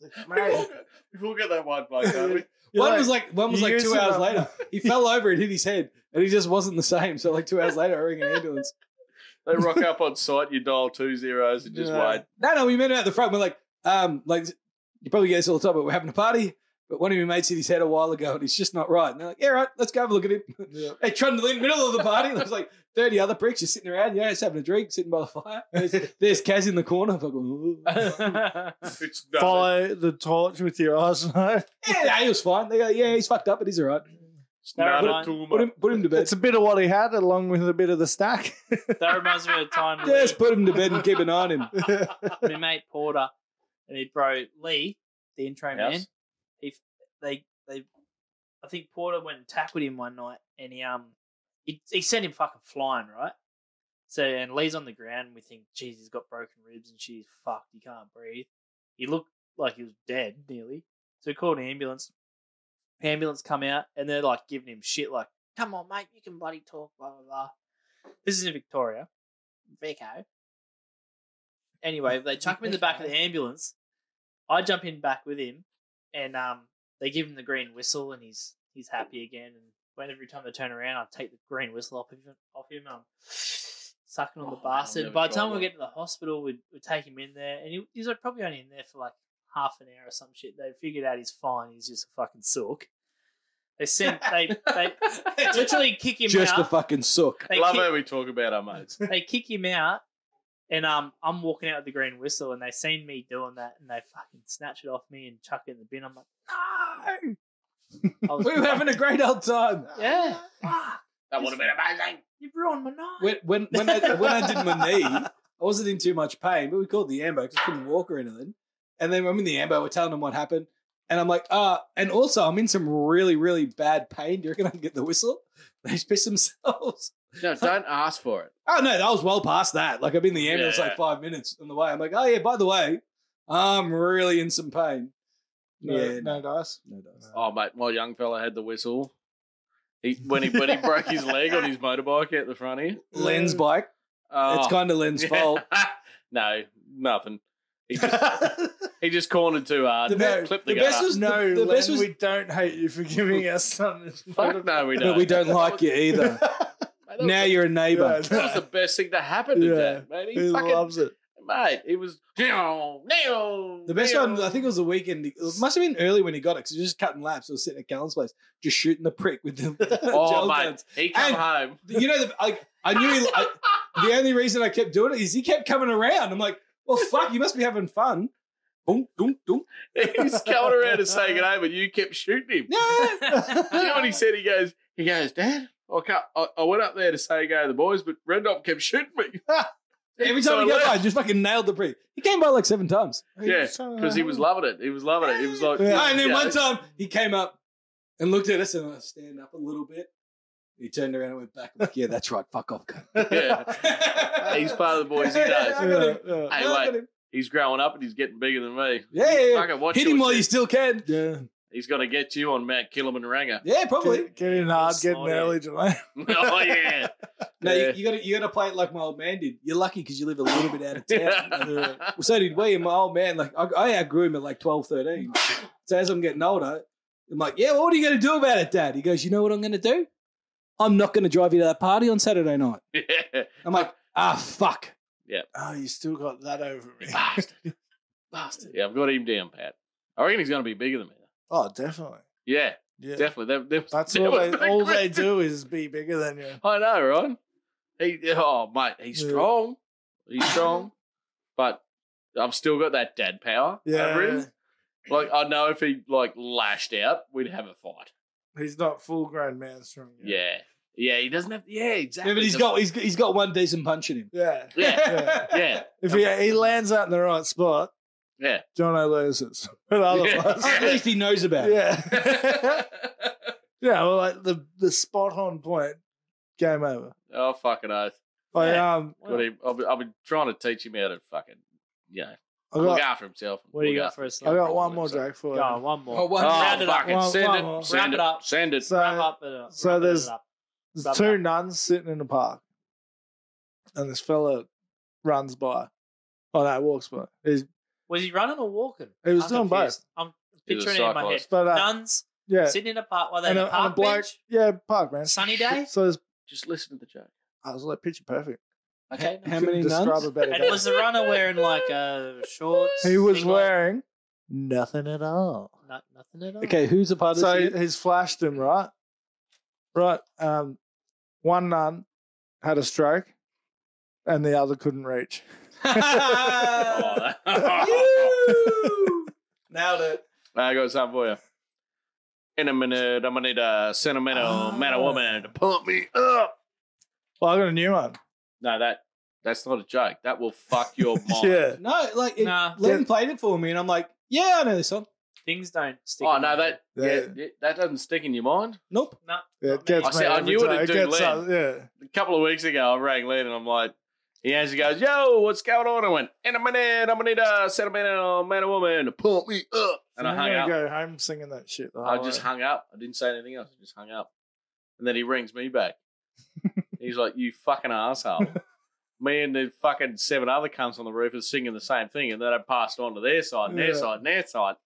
We've all, got- we've all got that one bloke, don't we? one was like one was you like use two it hours up. later. He fell over and hit his head, and he just wasn't the same. So like two hours later, I rang an ambulance. They rock up on site, you dial two zeros and just Yeah. wait. No, no, we met him out the front. We're like, um, like you probably get this all the time, but we're having a party. But one of your mates hit his head a while ago, and he's just not right. And they're like, "Yeah, right, let's go have a look at him." Yeah. They trundle in the middle of the party. There's like thirty other pricks just sitting around, yeah, just having a drink, sitting by the fire. There's, there's Kaz in the corner, fucking. "Ooh." It's nothing. Follow the torch with your eyes. No? yeah, nah, he was fine. They go, "Yeah, he's fucked up, but he's all right. It's not Never a mind. tumor. Put him, put him to bed. It's a bit of what he had, along with a bit of the stack. that reminds me of a time when Just put him to bed and keep an eye on him." my mate Porter and his bro Lee, the intro man, Yes. he f- they they I think Porter went and tackled him one night and he um he, he sent him fucking flying, right? So and Lee's on the ground and we think, geez, he's got broken ribs and she's fucked, he can't breathe. He looked like he was dead nearly. So we called an ambulance. Ambulance come out and they're like giving him shit like, Come on, mate, you can bloody talk, blah blah blah. This is in Victoria. Vico. Anyway, they chuck him in the back of the ambulance. I jump in back with him, and um, they give him the green whistle, and he's he's happy again. And when every time they turn around, I take the green whistle off him, off him. and I'm sucking on the Oh, bastard. never By the tried time we that. get to the hospital, we we take him in there, and he, he's probably only in there for like half an hour or some shit. They figured out he's fine. He's just a fucking sook. They send they they literally kick him Just out. the fucking sook. they Love kick- how we talk about our mates. they kick him out, and um, I'm walking out with the green whistle, and they seen me doing that, and they fucking snatch it off me and chuck it in the bin. I'm like, no. I was We were having a Ah, great old time. yeah. That would have been amazing. You've ruined my night. when when when I, when I did my knee, I wasn't in too much pain, but we called the ambo because I couldn't walk or anything. And then I'm in the ambo, we're telling them what happened, and I'm like, uh, and also I'm in some really really bad pain. Do you reckon I can get the whistle? They piss themselves. No, don't ask for it. Oh no, that was well past that. Like I'm in the ambulance Yeah, like yeah. five minutes on the way. I'm like, oh yeah, by the way, I'm really in some pain. No, yeah, no dice. no, does. Oh, mate, my young fella had the whistle. He, when he when he broke his leg on his motorbike out the front here. Len's bike. Uh, Oh, it's kind of Len's yeah. fault. no, nothing. He just, he just cornered too hard. The be- clipped the, the best gutter. was No, the, the Len, best was, we don't hate you for giving us something. Fuck no, we don't. but we don't like you either. Mate, that was now the- you're a neighbour. That was the best thing that happened to Yeah. Dad, mate. He, He fucking loves it. mate. It was now, now. The best one, I think it was the weekend. It must have been early when he got it because he was just cutting laps. It was sitting at Callan's place, just shooting the prick with the. Oh, gel mate, guns. he come And- home. You know, the, I, I knew he. I, the only reason I kept doing it is he kept coming around. I'm like, well, fuck, you must be having fun. Boom, boom, boom. He's coming around and saying it over. You kept shooting him. You know what he said? He goes, he goes, Dad, I can't. I, I went up there to say go to the boys, but Red Dog kept shooting me. Every So time he I got left. by, just fucking nailed the brick. He came by like seven times. Yeah, because he was loving it. He was loving it. He was like, Ah, and then yeah. one time he came up and looked at us and I stand up a little bit. He turned around and went back. I'm like, yeah, that's right. Fuck off. cunt." Yeah. He's part of the boys. He knows. I got him. Yeah. Hey, I got wait. him. He's growing up and he's getting bigger than me. Yeah, yeah, yeah. Fucking watch Hit your him while you shit. still can. Yeah. He's going to get you on Mount Kilimanjaro. Yeah, probably. Get, get in hard, get in Slide in. early, Jermaine. oh, yeah. No, Yeah. you, you gotta you gotta play it like my old man did. You're lucky because you live a little bit out of town. Like, Yeah. well, so did we. And my old man, like I, I outgrew him at like 12, 13. So as I'm getting older, I'm like, yeah, well, what are you gonna do about it, Dad? He goes, you know what I'm gonna do? I'm not gonna drive you to that party on Saturday night. yeah. I'm like, ah, fuck. Oh, you still got that over me. Bastard. Bastard. Yeah, I've got him down, Pat. I reckon he's going to be bigger than me. Oh, definitely. Yeah, Yeah. definitely. That- that- That's that all was they, the all they great- do is be bigger than you. I know, right? He, oh, mate, he's Yeah. strong. He's strong. but I've still got that dad power over Yeah. him. Like, I know if he, like, lashed out, we'd have a fight. He's not full grown man strong yet. Yeah. Yeah, he doesn't have. Yeah, exactly. Yeah, but he's Just- got he's got, he's got one decent punch in him. Yeah. Yeah, Yeah. yeah, If he, he lands out in the right spot, yeah. John loses. But otherwise, Or at least he knows about it. yeah. yeah. well, like the, the spot on point, game over. oh, fucking oath. e, Like, Yeah. um, Got him. I've, been- I've been trying to teach him how to fucking, you know, I look got, after himself. and What do you look got after- for us? I Go got one more joke for you. on, one more. Oh, one- Oh, Round it up. fuck it. One- Send one it. more. Send Wrap it. it up. Send it. So- Wrap up it up. so Wrap it there's- up. There's Rub two up. nuns sitting in a park, and this fella runs by. Oh no, walks by. He's, Was he running or walking? He was I'm doing confused. I'm He's a picturing it in my head. cyclist. but uh, Nuns yeah, sitting in a park while they're and in a a, and a park bloke. bench. Yeah, park man. Sunny day. So there's, Just listen to the joke. I was like picture perfect. Okay. How Couldn't many describe nuns? a better And day. was the runner wearing like uh, shorts? He was singlet? wearing nothing at all. Not, nothing at all. Okay, who's a part of So this? again? he's flashed him right, right. Um, one nun had a stroke, and the other couldn't reach. Oh, that- Nailed it. I got something for you. In a minute, I'm gonna need a sentimental man or woman to pump me up. Well, I got a new one. No, that that's not a joke. That will fuck your mind. Yeah. No, like it, Nah. Len played it for me, and I'm like, yeah, I know this song. Things don't stick. Oh in my no, head. that yeah, that doesn't stick in your mind. Nope. No. Yeah, it not me. gets I me said, I every knew what time. it'd It do, gets Len. us- yeah. A couple of weeks ago, I rang Len and I'm like, he answers, he goes, "Yo, what's going on?" I went, "In a minute, I'm gonna need a sentimental man or woman to pump me up." And I I'm hung gonna up. go home singing that shit. the I whole just way. hung up. I didn't say anything else. I just hung up. And then he rings me back. He's like, You fucking asshole. me and the fucking seven other cunts on the roof are singing the same thing. And then I passed on to their side and their Yeah. side and their side.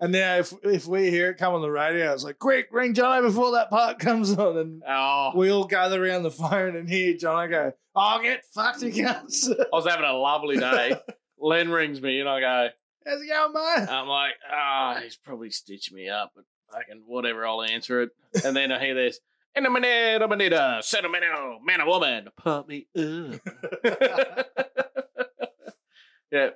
And now, if if we hear it come on the radio, it's like, quick, ring Jono before that part comes on. And Oh, we all gather around the phone and hear Jono go, I'll get fucked again. I was having a lovely day. Len rings me and I go, How's it going, mate? I'm like, ah, he's probably stitched me up, but fucking whatever, I'll answer it. And then I hear this, in a minute, I'm gonna need a sentimental man or woman to pump me up. yeah,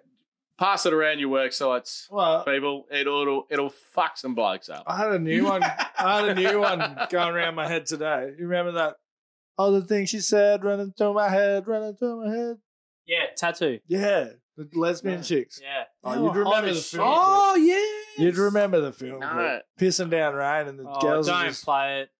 pass it around your work sites, Well, people. It'll, it'll, it'll fuck some blokes up. I had a new one. I had a new one going around my head today. You remember that? All Oh, the things she said running through my head, running through my head. Yeah, tattoo. Yeah. The lesbian Yeah. chicks. Yeah. Oh, They you'd were hot remember as the shit. film. Oh yeah. You'd remember the film. No. but Pissing down rain and the Oh, girls. are don't just- play it.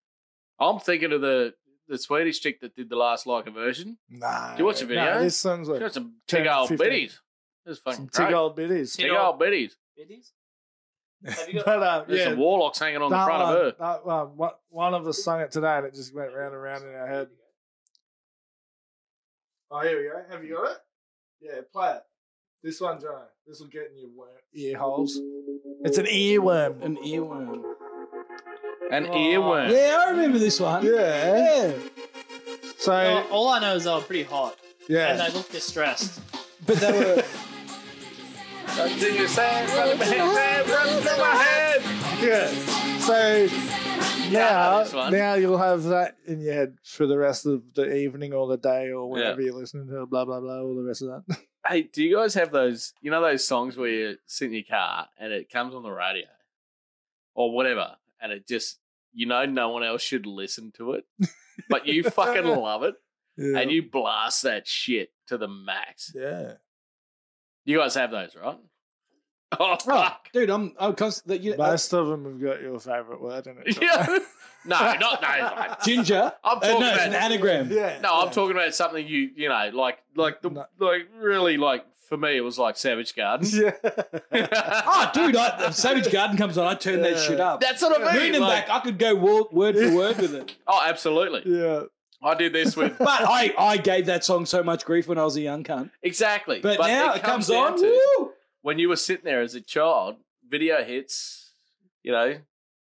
I'm thinking of the the Swedish chick that did the last like a version. Nah. Did you watch the video? Nah, this song's She like got some big 10, old 15. biddies. That's some fucking tick great. old bitties. Big old biddies. Biddies? Have you but got- uh, There's yeah, some warlocks hanging on the that front one, of her. that one- one- one of us sung it today, and it just went round and round in our head. Oh, here we go. Have you got it? Yeah, play it. This one, Jono. This will get in your wor- ear holes. It's an earworm. An earworm. An Oh, earworm. Yeah, I remember this one. Yeah. Yeah. So All- all I know is they were pretty hot and yeah, they looked distressed. But they were yeah. So now, this one. now you'll have that in your head for the rest of the evening or the day or whenever you're listening to. it, Blah blah blah. All the rest of that. Hey, do you guys have those? You know those songs where you sit in your car and it comes on the radio or whatever, and it just you know no one else should listen to it, but you fucking love it Yeah. and you blast that shit to the max. yeah. You guys have those, right? Oh Oh, fuck! dude, I'm I'm constantly you know, uh, Most of them have got your favourite word in it. Yeah. no, not those. ginger. I'm Uh, talking no, it's about an anagram. Yeah. No, I'm yeah. talking about something you you know, like like the No. like really like for me it was like Savage Garden. Yeah. Oh, dude, I, Savage Garden comes on. I turn that shit up. That's what I mean. Reading like- back, I could go word, word for word with it. Oh, absolutely. yeah. I did this with But I, I gave that song so much grief when I was a young cunt. exactly. But, now it comes, down on. to woo! when you were sitting there as a child, video hits, you know,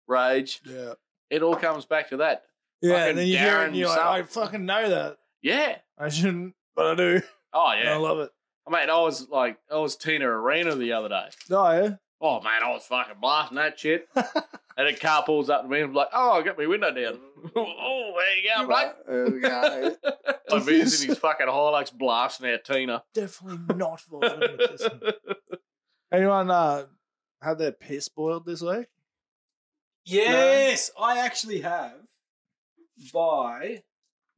rage. Yeah. It all comes back to that. Yeah. Fucking and then you hear it Darren and you're like, Sal- I fucking know that. Yeah. I shouldn't, but I do. Oh And I yeah. love it. I mean, I was like, I was Tina Arena the other day. Oh, yeah. Oh man, I was fucking blasting that shit. and a car pulls up to me and I'm like, oh, I got my window down. oh, there you go, bloke. There we go. I'm using his fucking Hilux blasting out Tina. Definitely not for Vitamin Anyone uh, had their piss boiled this week? Yes, I actually have. By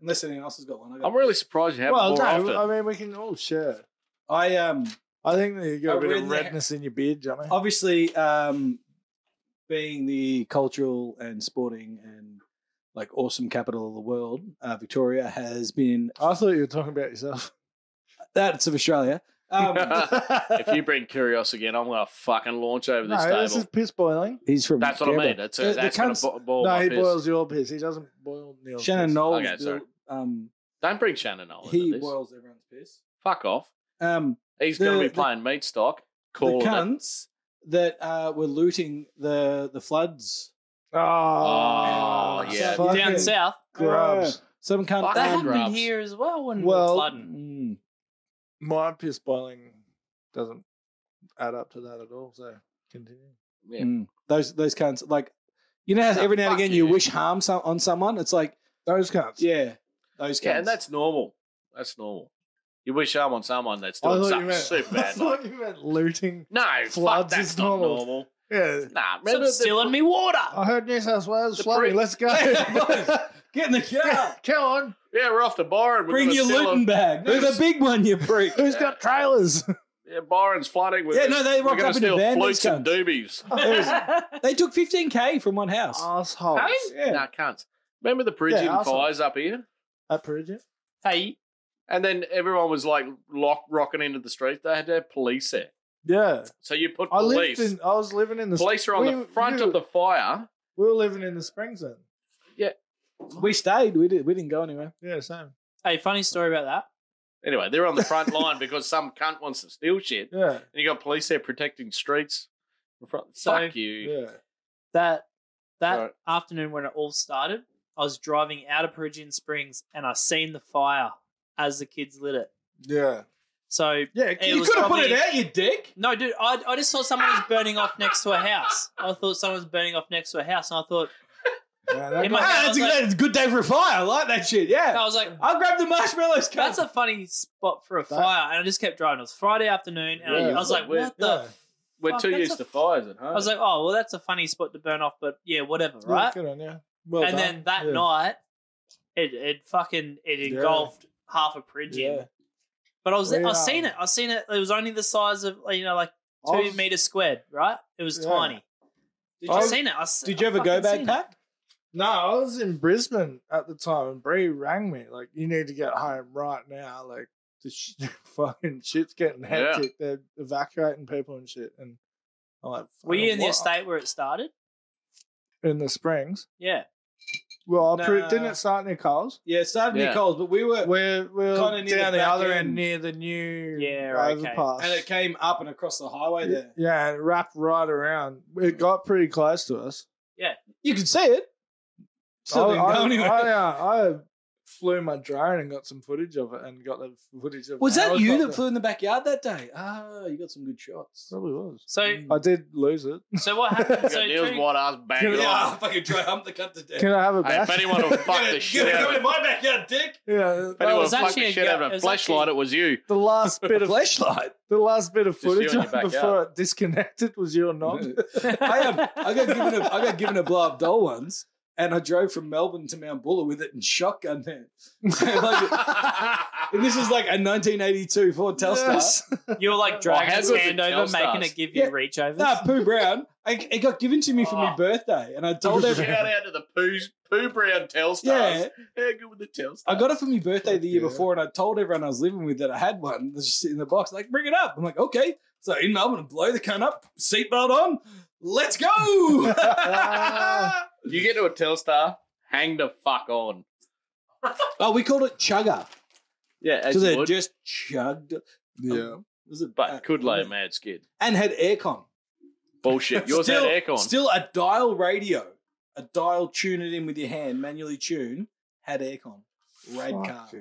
unless anyone else has got one, I got. I'm really surprised you haven't well, more often. no. I mean, we can all share. I um I think that you got Oh, a bit of really? redness in your beard, Johnny. Oh. obviously um being the cultural and sporting and like awesome capital of the world, uh, Victoria has been I thought you were talking about yourself. that's of Australia. Um, if you bring Curios again, I'm gonna fucking launch over this no, table. this is piss boiling. he's from That's what I Canberra. mean. That's The- the that's gonna cunts- bo- boil No, my he piss. boils your piss. He doesn't boil Neil's Shannon piss. Knowles. Okay, sorry. built- um, Don't bring Shannon Nolan. he to this. boils everyone's piss. Fuck off. Um, He's The- gonna be the- playing meat stock. the Call it. cunts that uh, were looting the the floods. Oh, Oh, yeah. fucking Down south. Grubs. Some cunt. Fuck That Fucking happened grubs. here as well when we Well, were flooding. Mm. My piss boiling doesn't add up to that at all. So continue. Yeah. Mm. Those those cunts. Like you know, how No, every now and fuck again you you. wish harm some, on someone. It's like Those cunts. yeah, those cunts. Yeah, and that's normal. That's normal. You wish harm on someone that's I doing thought something you meant. super I bad. thought like- you meant looting. No, fuck, Floods that's is not normal. normal. Yeah. Nah, Stop remember the- stealing me water. I heard New South Wales The flooding. prick- Let's go. get in the car. Come on. Yeah, we're off to Byron. We're Bring gonna your steal a- looting bag. There's a big one, you prick. Who's got trailers? Yeah, Byron's flooding with Yeah, us. no, they We're rocked gonna up in a steal van, flutes these and doobies. they took 15k from one house. Assholes. yeah. Nah, cunts. Remember the Bridging Yeah, asshole. fires up here? At Perugia? hey, And then everyone was like lock, rocking into the streets. They had to have police there. Yeah. So you put I police. lived in. I was living in the. police are on the we- front you- of the fire. We were living in the Springs then. We stayed. We did. We didn't go anywhere. Yeah, same. hey, funny story about that. Anyway, they're on the front line because some cunt wants to steal shit. And Yeah, you got police there protecting streets. in front- So- Fuck you. yeah. That that Right. afternoon when it all started, I was driving out of Perugian Springs and I seen the fire as the kids lit it. Yeah. So Yeah, you was could've put it probably- out, you dick. no, dude, I, I just saw someone was burning off next to a house. I thought someone was burning off next to a house, and I thought Yeah, that In guy- my- Ah, that's a, I was like- that's a good day for a fire. I like that shit. I Yeah. was like, I'll grab the marshmallows. cunt. that's a funny spot for a fire, and I just kept driving. It was Friday afternoon, and I, Yeah. I was like, We're- what the? yeah. We're fuck, too that's used a- to fires at home. I was like, oh well, that's a funny spot to burn off, but yeah, whatever, yeah, right? Good on you. Well and done. then that yeah. night, it it fucking it Yeah. engulfed half a Pridgeon. Yeah. But I was We, I um, seen it. I seen it. It was only the size of you know like I two was- meters squared, right? It was Yeah. tiny. Did I you- seen it. I, s- Oh, Did you I ever go fucking seen back it. pack? No, I was in Brisbane at the time, and Bree rang me like, "You need to get home right now." Like, the sh- fucking shit's getting Yeah. hectic. They're evacuating people and shit. And I'm like, Were you in the "What?" estate where it started? in the Springs? Yeah. Well, I pre- Nah. didn't it start near Coles? Yeah, it started near Yeah. Coles, but we were We're, we're Kinda near down the the, back other end. end. near the new Yeah, right, okay. overpass. and it came up and across the highway there. Yeah, and it wrapped right around. It got pretty close to us. You could see it. I, Still didn't go I, anywhere. I, uh, flew my drone and got some footage of it and got the footage of Was the that you helicopter. that flew in the backyard that day? Ah, you got some good shots. Probably was. So, Mm. I did lose it. so what happened? So So, Neil's Drew- white ass banging Ah, on. fucking dry hump the cunt to death. Can I have it Hey, back? if anyone will fuck the shit out of it, my backyard, dick. yeah, if anyone It will was fuck actually the a shit go- out of it a was flashlight, actually- it was you. the last bit of flashlight. the last bit of Just you in footage your backyard. before it disconnected was your knob. I, am, I got given a I got given a blow up doll once, and I drove from Melbourne to Mount Buller with it and shotgun there. Like, and this is like a 1982 Ford Telstar. you were like dragging how its good hand is over, Telstars? making it give you Yeah. reach overs. Nah, Pooh Brown. I, it got given to me for my Oh. birthday, and I told Shout everyone. out to the Pooh's, Pooh Brown Telstars. Yeah. How good were the Telstars? I got it for my birthday the year Yeah. before, and I told everyone I was living with that I had one. It was just sitting in the box, like, bring it up. I'm like, okay. So, you know, I'm going to blow the cunt up, seatbelt on, let's go. Ah. You get to a Telstar, hang the fuck on. oh, we called it chugger. Yeah, as So you they would, just chugged. yeah. Was it but could lay a mad skid. And had aircon. Bullshit. Yours still, had aircon. Still a dial radio. A dial, tune it in with your hand, manually tune, had aircon. Rad car. Fuck yeah.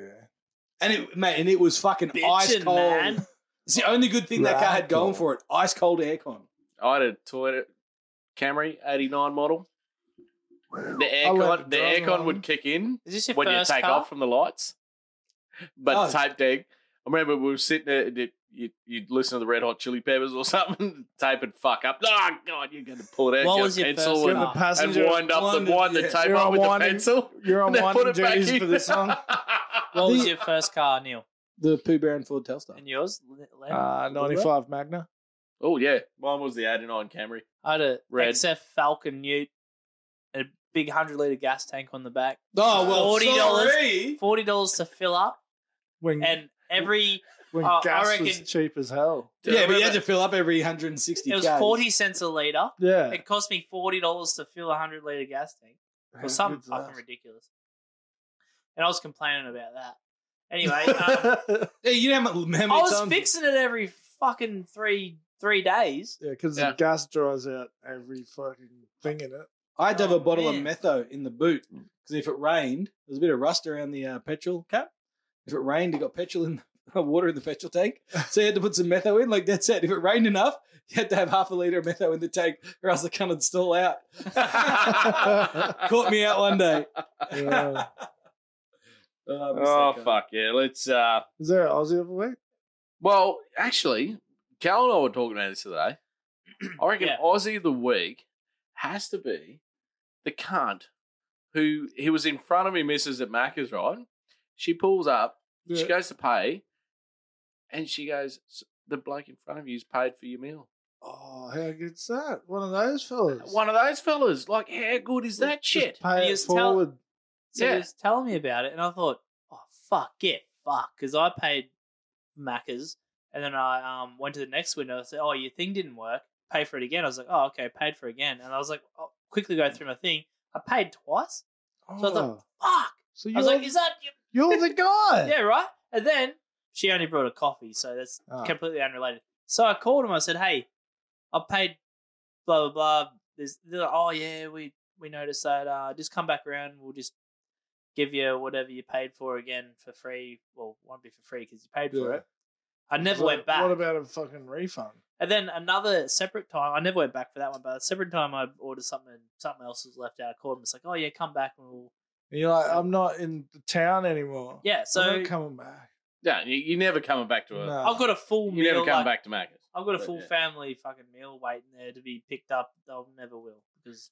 And it, mate, and it was fucking ice Bitchin', cold. man. It's the only good thing that car had Rad going cold. for it. Ice cold aircon. I had a Toyota Camry 89 model. The I'll aircon, let it the drive aircon along. would kick in Is this your when you first take car? off from the lights. But Oh. tape deck. I remember we were sitting there, and it- you- you'd listen to the Red Hot Chili Peppers or something, tape would fuck up. Oh, God, you're going to pull it out, What get was a your pencil and, first You're the Ah. and passenger. wind up the, Winded, wind the yeah. tape You're up with the unwinding- pencil. You're on and then put winding it back duties in. for this song. What was The- your first car, Neil? The Pooh Bear and Ford Telstar. And yours? Len? Uh, 95 Magna. oh, yeah. Mine was the 89 Camry. I had a Red. XF Falcon Ute, a big hundred liter gas tank on the back, Oh well, $40. sorry. forty dollars to fill up, When, and every when uh, I gas was reckon- cheap as hell. Do Yeah, but you remember- had to fill up every 160. it was Ks. forty cents a liter. Yeah. It cost me forty dollars to fill a hundred liter gas tank. How or something good's that? fucking ridiculous. And I was complaining about that. Anyway, um, Yeah, you know how mu- how many, I was times? fixing it every fucking three three days. yeah, because Yeah. the gas dries out every fucking thing in it. I had to have Oh, a bottle man. of metho in the boot Mm. because if it rained, there was a bit of rust around the uh, petrol cap. If it rained, it got petrol in water in the petrol tank, so you had to put some metho in. Like that's it. If it rained enough, you had to have half a liter of metho in the tank, or else the cunt would stall out. Caught me out one day. Yeah. Oh, I miss oh that guy. fuck yeah! Let's. uh Is there an Aussie of the week? Well, actually, Cal and I were talking about this today. I reckon Yeah. Aussie of the week has to be the cunt who he was in front of me, Mrs. at Macca's, right? She pulls up, she goes to pay, and she goes, "S- "The bloke in front of you's paid for your meal." Oh, how good's that? One of those fellas. One of those fellas, like, how good is that Just shit? And Pay he it was tell- forward. So Yeah. he was telling me about it, and I thought, oh fuck, get fuck, because I paid Macca's, and then I um went to the next window. and said, oh, your thing didn't work. Pay for it again. I was like, oh, okay, paid for again. And I was like, oh, quickly go through my thing. I paid twice. So I was like, Oh, Fuck. so I you're, was like, is that you're the guy. yeah, right? And then she only brought a coffee, so that's Ah. completely unrelated. So I called him. I said, "Hey, I paid blah blah blah." There's, they're like, "Oh yeah, we we noticed that. Uh, just come back around. We'll just give you whatever you paid for again for free. Well, won't be for free because you paid for Yeah. it." I never What- went back. What about a fucking refund? and then another separate time, I never went back for that one. But a separate time, I ordered something. and Something else was left out. I called him. It's like, "Oh yeah, come back and we'll." And you're like, I'm not in the town anymore. Yeah, I'm so not coming back. Yeah, you, you never coming back to a. No. I've got a full You meal. never come like- back to Macca's. I've got a But, full yeah. family fucking meal waiting there to be picked up. They'll never will because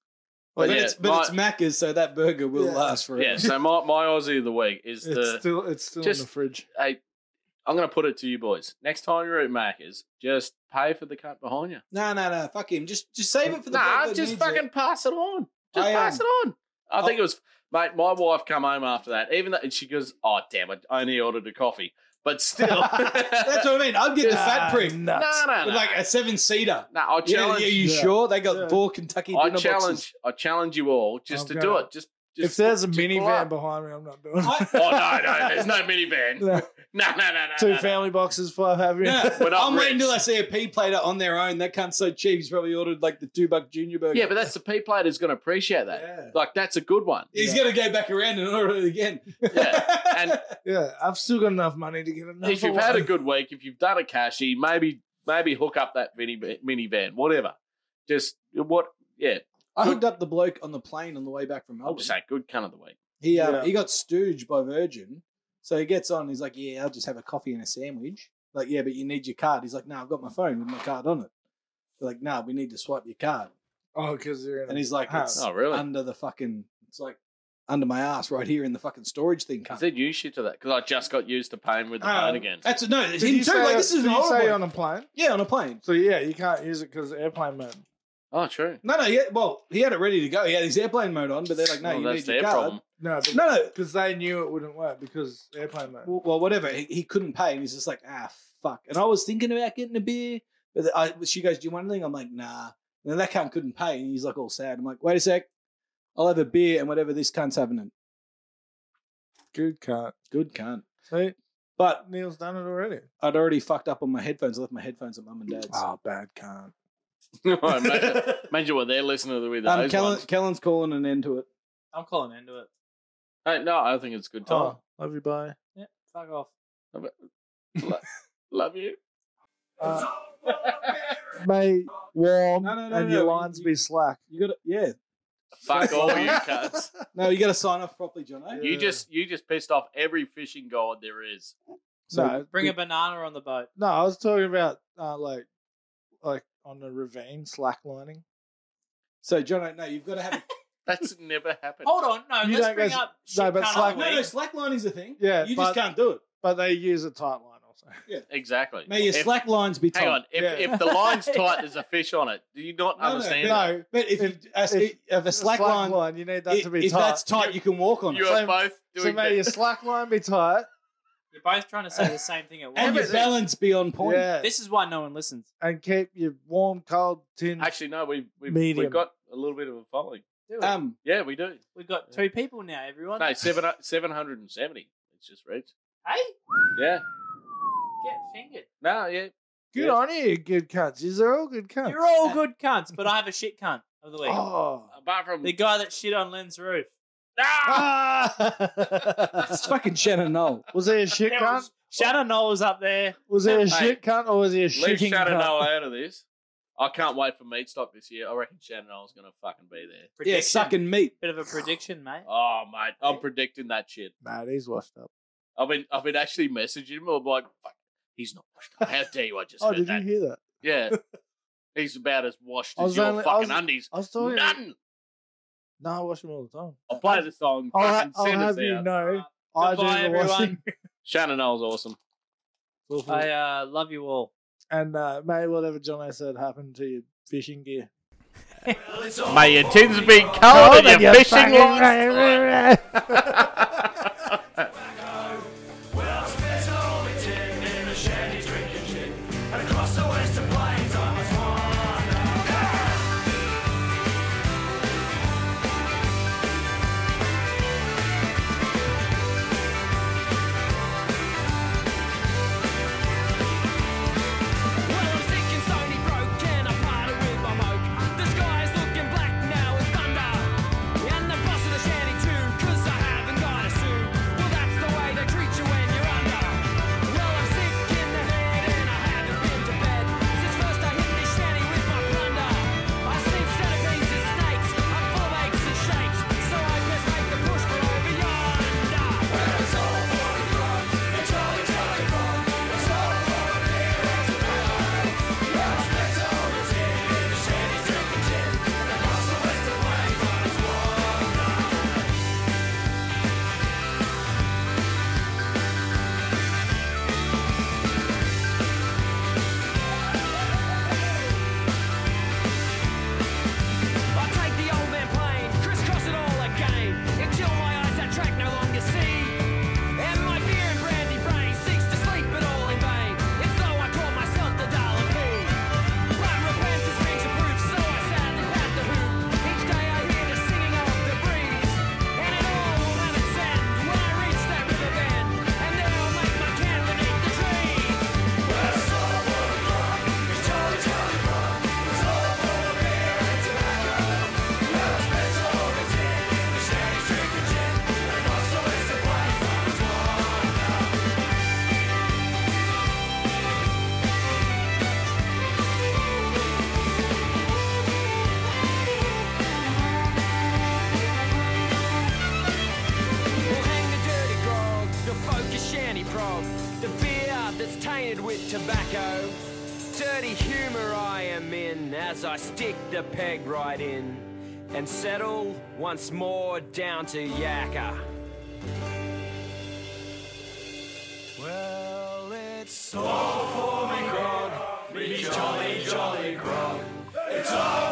But, yeah, it's, but my- it's Macca's, so that burger will Yeah. last forever. Yeah, so my, my Aussie of the week is It's the still it's still just- in the fridge. hey, I'm going to put it to you boys. Next time you're at Macca's, just pay for the cunt behind you. No, no, no. Fuck him. Just, just save it for the. bloke Nah, that just needs it. fucking pass it on. Just I, um, pass it on. I think I'll- it was, mate, my wife come home after that, even though, and she goes, oh, damn, I only ordered a coffee. But still. That's what I mean. I'd get the fat prick. No, no, no. With like a seven seater. no, I Yeah, challenge, yeah, you Yeah. sure? They got Yeah. four Kentucky I dinner challenge, boxes. I challenge you all just I'm to do gonna- it. Just If Just there's a just pull minivan up. behind me, I'm not doing it. I- Oh no, no, there's no minivan. No, No. no, no, no. Two no, no. family boxes, five happy. No, We're not I'm waiting rich. until I see a pea plater on their own. That cunt's so cheap. He's probably ordered like the two buck junior burger. Yeah, but that's the P player that's going to appreciate that. Yeah. Like that's a good one. he's gonna go back around and order it again. Yeah. And Yeah, I've still got enough money to get another. if you've one. had a good week, if you've done a cashy, maybe maybe hook up that mini minivan, whatever. Just what? Yeah, I hooked up the bloke on the plane on the way back from I'll Melbourne. just say good cunt of the week. He um, Yeah. he got stooged by Virgin, so he gets on. He's like, "Yeah, I'll just have a coffee and a sandwich." Like, "Yeah, but you need your card." He's like, "No, I've got my phone with my card on it." They're like, "No, we need to swipe your card." oh, because you're in And he's like, Huh. "It's Oh, really? under the fucking. It's like under my ass right here in the fucking storage thing." I Cunt. Um, said you shit to that because I just got used to paying with the Oh. phone again. Uh, That's no, it's Did him you too. say- Like this is did you say horrible. on a plane. yeah, on a plane. So yeah, you can't use it because airplane mode. Oh, true. No, no, yeah. Well, he had it ready to go. He had his airplane mode on, but they're like, "No, Well, you that's need your their card." problem. No, No, no. because they knew it wouldn't work because airplane mode. well, well, whatever. He, he couldn't pay, and he's just like, ah, fuck. And I was thinking about getting a beer, but I, she goes, "Do you want anything?" I'm like, "Nah." And then that cunt couldn't pay, and he's like, all sad. I'm like, "Wait a sec, I'll have a beer and whatever this cunt's having." It. Good cut. Good cunt. See, But Neil's done it already. I'd already fucked up on my headphones. I left my headphones at mum and dad's. Oh, bad cunt. Oh, imagine, imagine what they're listening to with um, those Kellen, ones. Kellen's calling an end to it. I'm calling into it. Hey, no, I think it's a good time. Oh, love you, bye. Yeah, fuck off. Love you. Uh, mate, warm No, no, no, and no, your you- lines be slack. You got to Yeah. Fuck all Oh, you cunts. No, you got to sign off properly, John. You just you just pissed off every fishing god there is. No, Bring a banana on the boat. No, I was talking about uh, like, like on the ravine slacklining. So, John, no, you've got to have. A, That's never happened. Hold on, no, You let's don't bring go- up. no, shit but cunt slack- of the no, no, week. slacklining's a thing. Yeah, you but- just can't do it. But they use a tight line also. Exactly. May your If- slack lines be tight. hang on. If, Yeah. if the line's tight, there's a fish on it. Do you not No, no, understand? that? No, But If- if, you, as, if- if, a slack, line, you need that if, to be if tight. that's tight, you can walk on You it. are So- both so doing may your that. slack line be tight. You're both trying to say the same thing at And once. your balance be on point. Yeah, This is why no one listens. and keep your warm, cold tin. Actually, no. We've we've, Medium. we've got a little bit of a following. Do we? Um, Yeah, we do. We've got two people now, everyone. No, seven seven hundred and seventy. It's just reached. Hey, Yeah. get fingered. No. Yeah. good yeah. on you, good cunts. You're all good cunts. You're all good cunts, but I have a shit cunt of the week. Oh. Apart from The guy that shit on Len's roof. it's fucking Shannon Knoll. was he a shit There cunt? was- Shannon Knoll was up there. Was he a Hey, shit cunt or was he a leave shitting Shannon cunt? Noel out of this. I can't wait for meat stock this year. I reckon Shannon Noel's going to fucking be there. Yeah, Prediction. sucking meat. Bit of a prediction, mate. Oh mate, I'm predicting that shit. Mate, he's washed up. I've been I've been actually messaging him. I'm like, fuck, he's not washed up. How dare you? I just Oh, heard did that. you hear that? Yeah, he's about as washed I as was your only- I fucking was- undies. I was talking. None. No, I wash him all the time. I'll play the song. I'll, ha- fucking I'll send us have you out. know. I do the Goodbye, everyone. washing. Shannon Noel's awesome. I uh, love you all. and uh, may whatever John A said happened to your fishing gear. May your tins be cold and your fishing lines. The sky's looking black now as thunder, and the boss of the shanty too, 'cause I had smeared with tobacco. Dirty humour I am in as I stick the peg right in and settle once more down to yakka. Well, it's all for me, grog. Me jolly, jolly grog. It's all